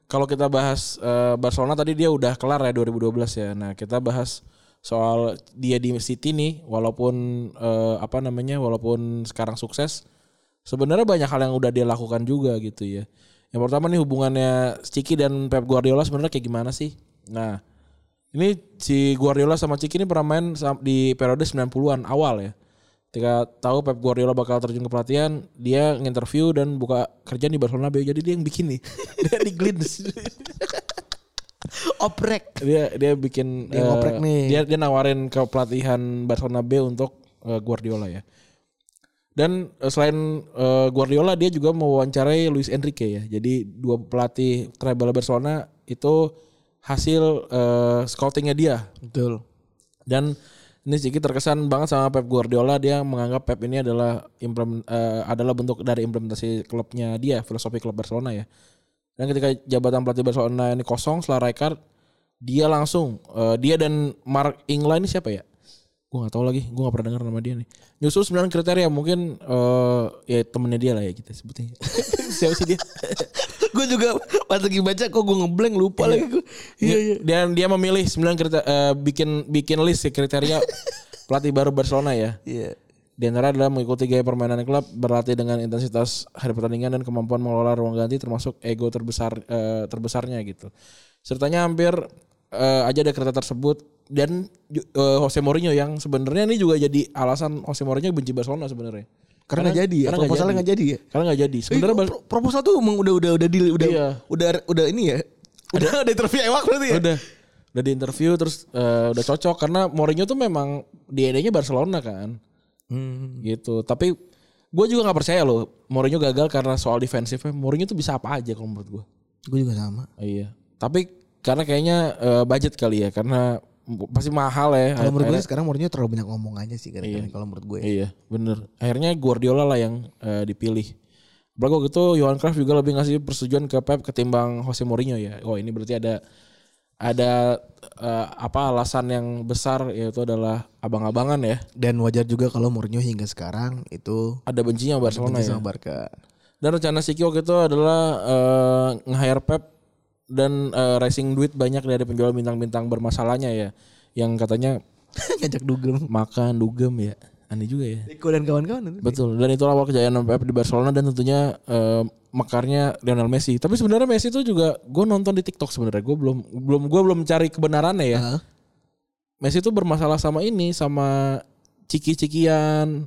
C: kalau kita bahas eh, Barcelona tadi dia udah kelar ya 2012 ya. Nah kita bahas soal dia di City nih walaupun eh, apa namanya walaupun sekarang sukses sebenarnya banyak hal yang udah dia lakukan juga gitu ya. Yang pertama nih hubungannya Ciki dan Pep Guardiola sebenarnya kayak gimana sih? Nah ini si Guardiola sama Ciki ini pernah main sam- di periode 90-an awal ya. Ketika tahu Pep Guardiola bakal terjun ke pelatihan, dia nginterview dan buka kerjaan di Barcelona B. Jadi dia yang bikin nih. dia di Glins.
B: Oprek.
C: dia dia bikin
B: Dia
C: eh,
B: ngoprek nih.
C: Dia dia nawarin ke pelatihan Barcelona B untuk eh, Guardiola ya. Dan eh, selain eh, Guardiola dia juga mewawancarai Luis Enrique ya. Jadi dua pelatih treble Barcelona itu hasil eh, scoutingnya dia
B: Betul.
C: dan ini Ciki terkesan banget sama Pep Guardiola dia menganggap Pep ini adalah implement eh, adalah bentuk dari implementasi klubnya dia filosofi klub Barcelona ya dan ketika jabatan pelatih Barcelona ini kosong setelah Rijkaard dia langsung eh, dia dan Mark Ingla ini siapa ya gue nggak tahu lagi gue nggak pernah dengar nama dia nih nyusul 9 kriteria mungkin eh ya temennya dia lah ya kita sebutnya siapa sih dia
B: gue juga pas lagi baca kok gue ngeblank lupa lagi gue. Iya iya.
C: dan dia memilih 9 kriteria bikin bikin list kriteria pelatih baru Barcelona ya
B: Iya.
C: Di antara adalah mengikuti gaya permainan klub, berlatih dengan intensitas hari pertandingan dan kemampuan mengelola ruang ganti termasuk ego terbesar eh, terbesarnya gitu. Ceritanya hampir eh, aja ada kereta tersebut dan ju- eh, Jose Mourinho yang sebenarnya ini juga jadi alasan Jose Mourinho benci Barcelona sebenarnya.
B: Karena nggak jadi ya?
C: karena
B: Proposalnya nggak jadi ya?
C: Karena nggak jadi. Sebenarnya Bar-
B: Pro- proposal tuh emang udah udah udah deal udah
C: Iya.
B: udah udah ini ya. Udah udah interview ewak berarti ya.
C: udah udah di interview terus eh, udah cocok karena Mourinho tuh memang DNA-nya Barcelona kan.
B: Hmm.
C: gitu tapi gue juga nggak percaya loh Mourinho gagal karena soal defensifnya Mourinho tuh bisa apa aja kalau menurut gue
B: Gue juga sama.
C: iya tapi karena kayaknya eh, budget kali ya karena m- pasti mahal ya
B: Kalau menurut gue
C: Akhirnya-
B: sekarang Mourinho terlalu banyak ngomong aja sih gara-gara kalau menurut ya. gue.
C: iya bener akhirnya Guardiola lah yang eh, dipilih Berarti waktu itu Johan Cruyff juga lebih ngasih persetujuan ke Pep ketimbang Jose Mourinho ya. Oh ini berarti ada ada eh, apa alasan yang besar yaitu adalah abang-abangan ya.
B: Dan wajar juga kalau Mourinho hingga sekarang itu
C: Ada bencinya Barcelona
B: benci
C: ya.
B: sama Barca.
C: Dan rencana Siki waktu itu adalah eh, nge-hire Pep dan eh, raising duit banyak dari penjual bintang-bintang bermasalahnya ya. Yang katanya
B: Ngajak dugem.
C: makan dugem ya. Aneh juga ya.
B: Rico dan kawan-kawan.
C: Betul. Dan itu awal kejayaan Pep di Barcelona dan tentunya eh, mekarnya Lionel Messi. Tapi sebenarnya Messi itu juga gue nonton di TikTok sebenarnya. Gue belum belum gue belum cari kebenarannya ya.
B: Heeh.
C: Messi itu bermasalah sama ini sama ciki-cikian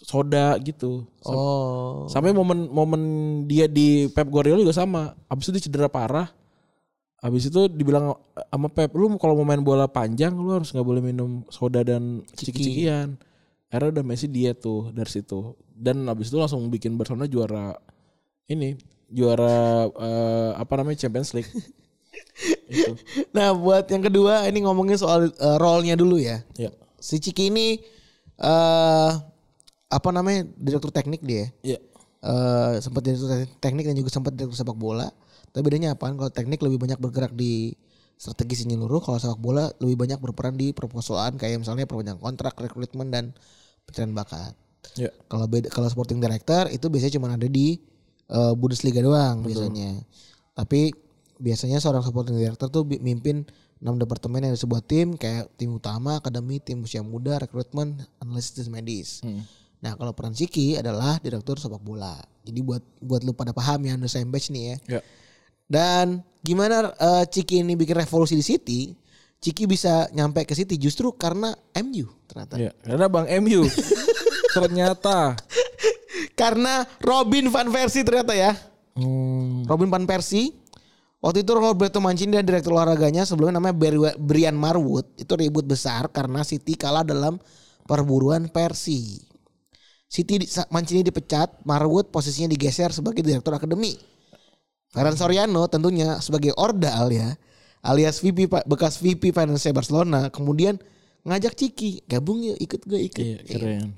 C: soda gitu. Sam-
B: Oh.
C: Sampai momen-momen dia di Pep Guardiola juga sama. Abis itu dia cedera parah. Abis itu dibilang sama Pep, lu kalau mau main bola panjang lu harus nggak boleh minum soda dan
B: Ciki.
C: ciki-cikian. Akhirnya udah Messi diet tuh dari situ. Dan abis itu langsung bikin Barcelona juara ini, juara eh, apa namanya Champions League. Itu.
B: Nah, buat yang kedua ini ngomongin soal eh, role-nya dulu ya.
C: Ya.
B: Si Ciki ini eh apa namanya? Direktur teknik dia.
C: Ya.
B: eh sempat direktur te- teknik dan juga sempat direktur sepak bola. Tapi bedanya apaan? Kalau teknik lebih banyak bergerak di strategi menyeluruh, kalau sepak bola lebih banyak berperan di perposoan kayak misalnya perpanjangan kontrak, rekrutmen dan pencarian bakat.
C: Ya.
B: Kalau beda, kalau sporting director itu biasanya cuma ada di eh, Bundesliga doang biasanya. Tapi biasanya seorang sporting director tuh bi- mimpin 6 departemen yang ada sebuah tim kayak tim utama, akademi, tim usia muda, rekrutmen, analisis medis. Nah, kalau peran Siki adalah direktur sepak bola. Jadi buat buat lu pada paham ya under same batch nih ya.
C: Ya.
B: Dan gimana eh, Ciki ini bikin revolusi di City? Ciki bisa nyampe ke City justru karena MU ternyata.
C: Ya, karena Bang MU ternyata
B: Karena Robin van Persie ternyata ya.
C: hmm,
B: Robin van Persie waktu itu Roberto Mancini dan direktur olahraganya sebelumnya namanya Ber- Brian Marwood itu ribut besar karena City kalah dalam perburuan Persie. City di- sa- Mancini dipecat, Marwood posisinya digeser sebagai direktur akademi. Ferran Soriano tentunya sebagai ordal ya, alias VP pa- bekas VP Finance Barcelona, kemudian ngajak Ciki, gabung yuk ikut gue ikut.
C: iya, keren.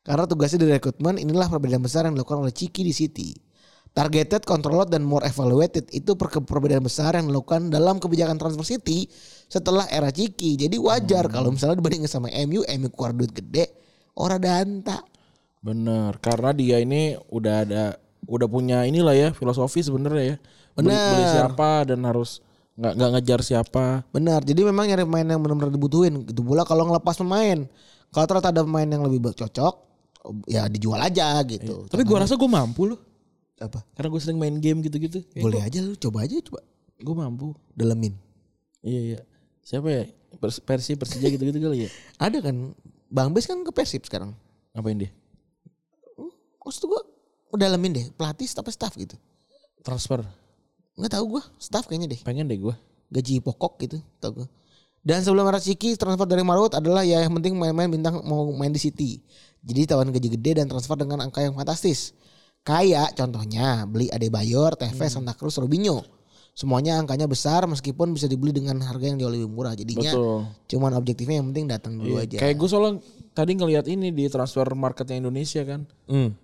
B: Karena tugasnya di rekrutmen inilah perbedaan besar yang dilakukan oleh Ciki di City. Targeted, controlled, dan more evaluated itu perke- perbedaan besar yang dilakukan dalam kebijakan transfer City setelah era Ciki. Jadi wajar kalau misalnya dibandingin sama MU, MU keluar duit gede, ora danta.
C: Bener, karena dia ini udah ada udah punya inilah ya filosofi sebenarnya ya. Beli, beli
B: Bener.
C: siapa dan harus nggak nggak ngejar siapa.
B: Benar, jadi memang nyari pemain yang benar-benar dibutuhin. Gitu pula kalau ngelepas pemain. Kalau ternyata ada pemain yang lebih cocok, ya dijual aja gitu.
C: Tapi gua rasa gua mampu loh.
B: apa?
C: Karena gue sering main game gitu-gitu.
B: Boleh aja lu coba aja coba
C: Gue mampu.
B: dalemin.
C: Iya iya. Siapa ya? Pers Persi Persija gitu-gitu kali ya.
B: Ada kan Bang Bes kan ke Persib sekarang.
C: Ngapain dia?
B: maksud gua dalamin deh pelatih staff staff gitu
C: Transfer.
B: nggak tahu gua staff kayaknya deh
C: Pengen deh gua.
B: gaji pokok gitu tau gua dan sebelum Rasiki transfer dari Marwood adalah ya yang penting main-main bintang mau main di City jadi tawan gaji gede dan transfer dengan angka yang fantastis kayak contohnya beli Adebayor, Tevez,
C: Hmm.
B: Santa Cruz, Robinho semuanya angkanya besar meskipun bisa dibeli dengan harga yang jauh lebih murah jadinya
C: Betul.
B: cuman objektifnya yang penting datang dulu aja
C: Iya, Kayak gue soalnya tadi ngelihat ini di transfer marketnya Indonesia kan.
B: Hmm.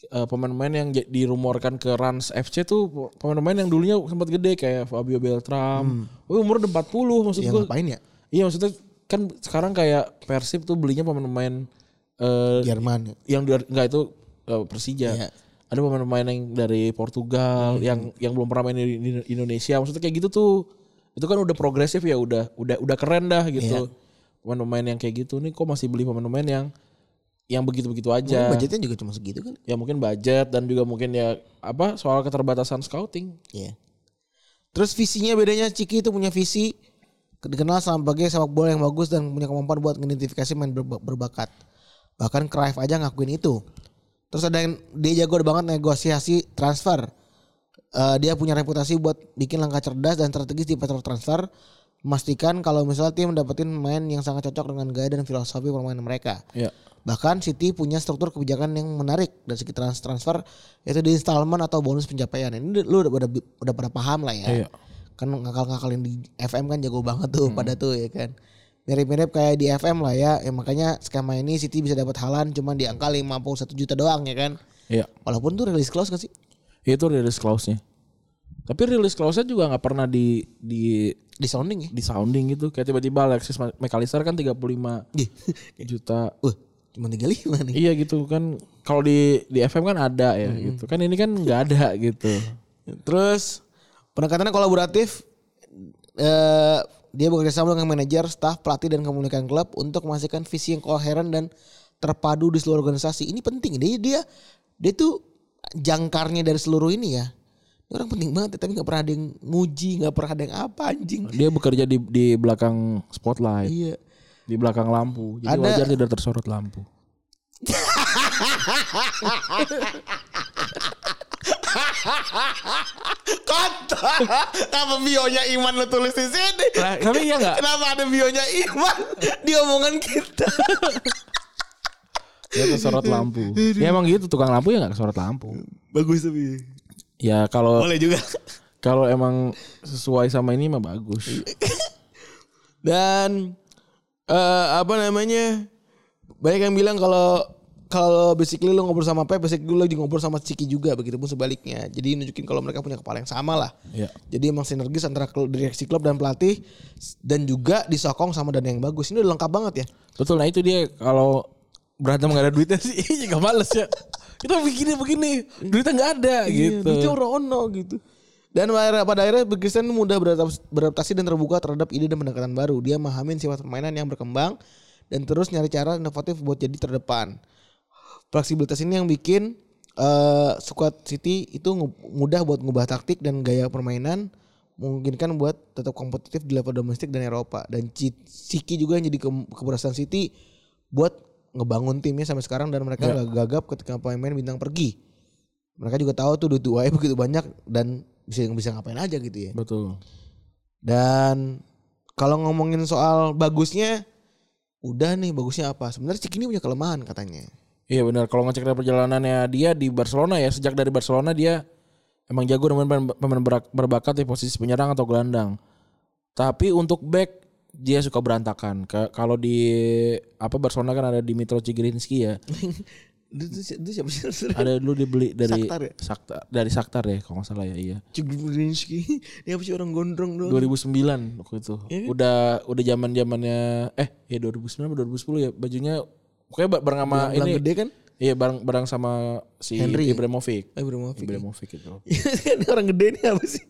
C: Eh, pemain-pemain yang j- dirumorkan ke Rans FC tuh pemain-pemain yang dulunya sempat gede kayak Fabio Beltram. Oh, umur udah 40 maksud
B: ya
C: gue.
B: Hmm. ngapain ya
C: Iya maksudnya kan sekarang kayak Persib tuh belinya pemain-pemain eh
B: Jerman
C: yang di- enggak itu eh, Persija.
B: Iya.
C: Ada pemain-pemain yang dari Portugal yang yang belum pernah main di, di Indonesia. Maksudnya kayak gitu tuh. Itu kan udah progresif ya, udah udah udah keren dah gitu. Pemain-pemain yang kayak gitu nih kok masih beli pemain-pemain yang yang begitu-begitu aja.
B: budgetnya juga cuma segitu kan
C: Ya mungkin budget dan juga mungkin ya apa soal keterbatasan scouting.
B: Iya. Terus visinya bedanya Ciki itu punya visi dikenal sebagai sepak bola yang bagus dan punya kemampuan buat mengidentifikasi main berba- berbakat. Bahkan Cruyff aja ngakuin itu. Terus ada yang dia jago banget negosiasi transfer. Eh, dia punya reputasi buat bikin langkah cerdas dan strategis di pasar transfer. Memastikan kalau misalnya tim mendapatkan main yang sangat cocok dengan gaya dan filosofi permainan mereka.
C: Ya.
B: Bahkan City punya struktur kebijakan yang menarik dari segi trans- transfer yaitu di installment atau bonus pencapaian. Ini lu udah udah, udah pada paham lah ya.
C: Iya.
B: Kan ngakal-ngakalin di FM kan jago banget tuh pada tuh ya kan. Mirip-mirip kayak di FM lah ya. Ya, makanya skema ini City bisa dapat halan cuman di angka 51 juta doang ya kan.
C: Iya.
B: Walaupun tuh release close gak sih?
C: Itu release clause-nya. Tapi rilis clause-nya juga nggak pernah di di
D: Di sounding ya.
C: di sounding gitu. Kayak tiba-tiba Alexis Ma- McAllister kan 35 juta.
D: Wah, cuma 35 nih.
C: Iya gitu kan. Kalau di di FM kan ada ya gitu. Kan ini kan nggak ada gitu.
D: Terus pendekatannya kolaboratif eh dia bekerja sama dengan manajer, staf, pelatih dan kepemilikan klub untuk memastikan visi yang koheren dan terpadu di seluruh organisasi. Ini penting. Dia dia dia tuh jangkarnya dari seluruh ini ya. Ini orang penting banget ya, tapi nggak pernah ada yang nguji, nggak pernah ada yang apa anjing.
C: Dia bekerja di di belakang spotlight,
D: Iya.
C: di belakang lampu. Jadi
D: Ada-
C: wajar tidak tersorot lampu.
D: Kontol. Kenapa bionya Iman lu tulis di sini?
C: tapi iya nggak?
D: Kenapa ada bionya Iman di omongan kita?
C: Dia tersorot lampu. ya emang gitu tukang lampu ya nggak kesorot lampu.
D: Bagus tapi.
C: Ya kalau
D: Boleh juga.
C: kalau emang sesuai sama ini mah bagus.
D: Dan eh, apa namanya? Banyak yang bilang kalau kalau basically lo ngobrol sama Pep, basically lo juga ngobrol sama Ciki juga, begitupun sebaliknya. Jadi nunjukin kalau mereka punya kepala yang sama lah.
C: Iya.
D: Jadi emang sinergis antara kelu- direksi klub dan pelatih dan juga disokong sama dana yang bagus. Ini udah lengkap banget ya.
C: Betul, nah itu dia kalau berantem nggak ada duitnya sih juga males ya. Kita begini begini, duitnya nggak ada
D: Iya,
C: gitu.
D: duitnya orang ono gitu. Dan pada akhirnya- pada akhirnya Bergesen mudah beradap- beradaptasi dan terbuka terhadap ide dan pendekatan baru. Dia memahami sifat permainan yang berkembang dan terus nyari cara inovatif buat jadi terdepan. Fleksibilitas ini yang bikin eh squad City itu nge- mudah buat ngubah taktik dan gaya permainan memungkinkan buat tetap kompetitif di level domestik dan Eropa. Dan Ci- Ciki juga yang jadi ke keberhasilan City buat ngebangun timnya sampai sekarang dan mereka nggak gagap ketika pemain bintang pergi mereka juga tahu tuh duit UAE begitu banyak dan bisa bisa ngapain aja gitu ya.
C: Betul.
D: Dan kalau ngomongin soal bagusnya udah nih bagusnya apa? Sebenarnya Cik ini punya kelemahan katanya.
C: Iya benar. Kalau ngecek dari perjalanannya dia di Barcelona ya, sejak dari Barcelona dia emang jago dengan pemain- pemain berak- berbakat di posisi penyerang atau gelandang. Tapi untuk back dia suka berantakan. Ke- Kalau di apa Barcelona kan ada Dimitro Cigrinski ya.
D: Itu, itu, itu siapa sih? Sorry.
C: Ada dulu dibeli dari
D: Shakhtar ya?
C: Shakhtar- dari Saktar ya kalau nggak salah ya iya.
D: Cik Brinski. Ini apa sih orang gondrong doang?
C: 2009 waktu itu.
D: Iya kan?
C: Udah udah zaman zamannya eh ya 2009 atau 2010 ya bajunya pokoknya ba- bareng sama
D: Belang
C: ini.
D: gede kan?
C: Iya bareng bareng sama si
D: Henry.
C: Ibrahimovic.
D: Eh Ibrahimovic.
C: Ibrahimovic itu.
D: Ini orang gede ini apa sih?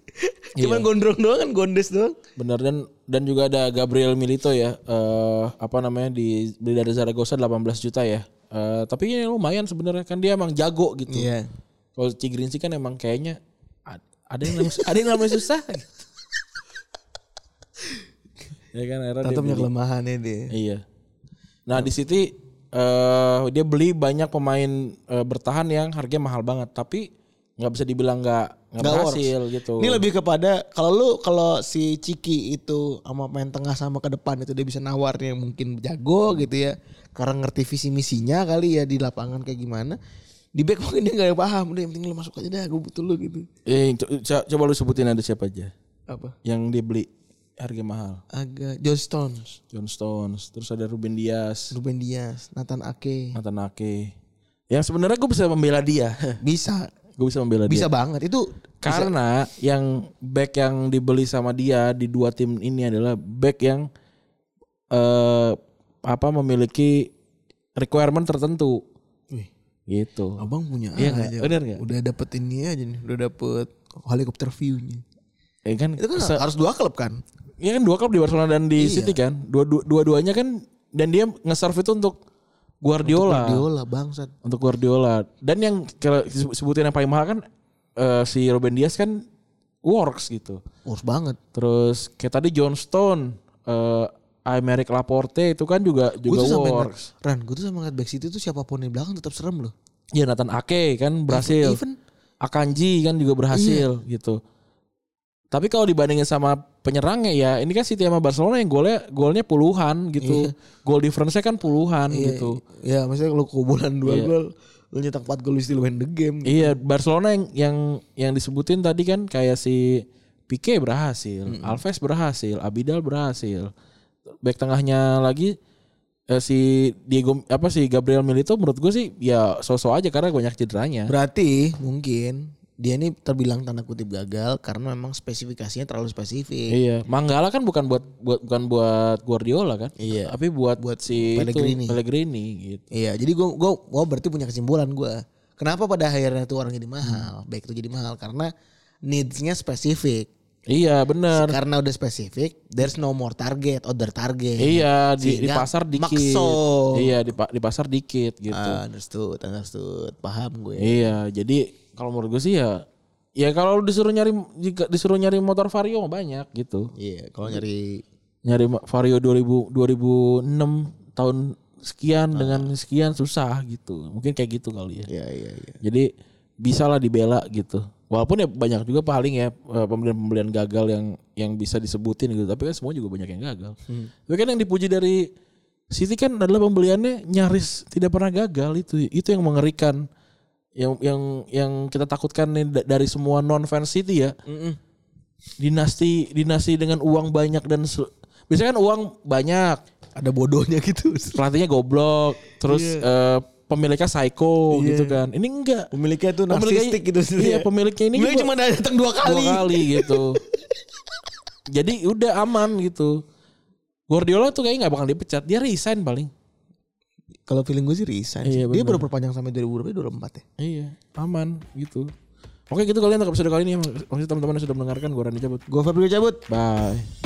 D: Cuman gondrong doang kan gondes doang.
C: Bener dan dan juga ada Gabriel Milito ya. Eh apa namanya di beli dari Zaragoza 18 juta ya. Eh tapi ini lumayan sebenarnya kan dia emang jago gitu.
D: Iya.
C: Kalau Cigrinsi kan emang kayaknya ad- ada yang namanya, ada yang namanya susah. Gitu. ya kan akhirnya dia
D: Tetap punya
C: beli.
D: kelemahannya dia.
C: Iya. Nah di City eh dia beli banyak pemain eh, bertahan yang harganya mahal banget, tapi nggak bisa dibilang nggak nggak
D: Nggak
C: berhasil gitu.
D: Ini lebih kepada kalau lu kalau si Ciki itu sama main tengah sama ke depan itu dia bisa nawarnya mungkin jago gitu ya. Karena ngerti visi misinya kali ya di lapangan kayak gimana. Di back mungkin dia nggak paham, udah yang penting lu masuk aja dah, gue butuh lu gitu.
C: Eh, co- co- coba lu sebutin ada siapa aja
D: Apa?
C: yang dia beli harga mahal.
D: Agak John Stones,
C: John Stones, terus ada Ruben Dias,
D: Ruben Dias, Nathan Ake.
C: Nathan Ake. Yang sebenarnya gue bisa membela dia.
D: Bisa,
C: gue bisa membela dia.
D: bisa banget. Itu
C: Karena yang back yang dibeli sama dia di dua tim ini adalah back yang eh apa memiliki requirement tertentu
D: Wih,
C: gitu.
D: Abang punya
C: Iya nggak? Bener nggak?
D: Udah dapet ini aja nih, udah dapet helikopter view-nya.
C: Ya kan,
D: Itu kan Iya.
C: se-
D: harus dua klub kan?
C: ya kan dua klub di Barcelona dan di City kan. Dua, dua, dua-duanya kan dan dia nge-serve itu untuk Guardiola.
D: Diola bangsat.
C: Untuk Guardiola. Dan yang kalau disebut- sebutin yang paling mahal kan eh, si Ruben Dias kan works gitu.
D: Urus banget.
C: Terus kayak tadi John Stone, eh Aymeric Laporte itu kan juga
D: gue
C: juga
D: tuh sampai ngeliat-
C: works.
D: Ran, gue tuh sama ngeliat back City tuh siapapun di belakang tetap serem loh.
C: Ya Nathan Ake kan berhasil.
D: Even- Iya.
C: Akanji kan juga berhasil gitu. Tapi kalau dibandingin sama penyerangnya ya ini kan City sama Barcelona yang golnya golnya puluhan
D: Iya.
C: gitu. Gol difference-nya kan puluhan gitu.
D: Ya, maksudnya lu kebobolan dua
C: Iya.
D: gol, lu nyetak 4 gol lu still win the game.
B: Gitu.
C: Iya, Barcelona yang yang yang disebutin tadi kan kayak si Pique berhasil, Alves berhasil, Abidal berhasil. Back tengahnya lagi eh, si Diego apa sih Gabriel Milito menurut gue sih ya sosok aja karena banyak cederanya.
D: Berarti mungkin
B: dia ini terbilang tanda kutip gagal karena memang spesifikasinya terlalu spesifik.
C: Iya, Manggala kan bukan buat buat bukan buat Guardiola kan?
B: Iya.
C: Tapi buat buat si
B: Pellegrini.
C: itu Pellegrini gitu.
B: Iya, jadi gua gua gua berarti punya kesimpulan gua. Kenapa pada akhirnya tuh orang jadi mahal? Baik itu jadi mahal karena needs-nya spesifik.
C: Iya, benar.
B: Karena udah spesifik, there's no more target, other target.
C: Iya, di, di
B: Sehingga
C: pasar dikit.
B: makso.
C: Iya, di, pa- di pasar dikit gitu.
B: Ah, understood, understood. Paham gue.
C: Iya, jadi kalau menurut gue sih ya ya kalau lu disuruh nyari jika disuruh nyari motor Vario banyak gitu.
B: Iya, kalau nyari
C: Nyari ma- Vario 2000 2006 tahun sekian dengan sekian susah gitu. Mungkin kayak gitu kali ya.
B: Iya, iya, iya.
C: Jadi bisalah dibela gitu. Walaupun ya banyak juga paling ya eh, pembelian-pembelian gagal yang yang bisa disebutin gitu. Tapi kan semua juga banyak yang gagal. Tapi kan yang dipuji dari City kan adalah pembeliannya nyaris tidak pernah gagal itu. Itu yang mengerikan. Yang yang yang kita takutkan nih da- dari semua non fans City ya. Dinasti dinasti dengan uang banyak dan se- biasanya kan uang banyak
B: Ada bodohnya gitu.
C: pelatihnya goblok, terus
B: Iya.
C: eh, pemiliknya psycho gitu kan. Ini enggak.
B: Pemiliknya tuh
C: Pemiliknya-
B: narsistik gitu.
C: Iya, pemiliknya ini
B: Pemiliknya
C: cuma
B: cuma datang dua kali.
C: dua kali gitu. Jadi udah aman gitu. Guardiola tuh kayaknya nggak bakal dipecat, dia resign paling.
B: Kalau feeling gue sih resign. sih.
C: Iya,
B: Dia baru
C: benar.
B: perpanjang sampai 2000 2024 ya.
C: Iya, aman gitu. Oke gitu kalian untuk episode kali ini. Makasih teman-teman yang sudah mendengarkan. Gue Randy cabut.
B: Gue Fabio cabut.
C: Bye.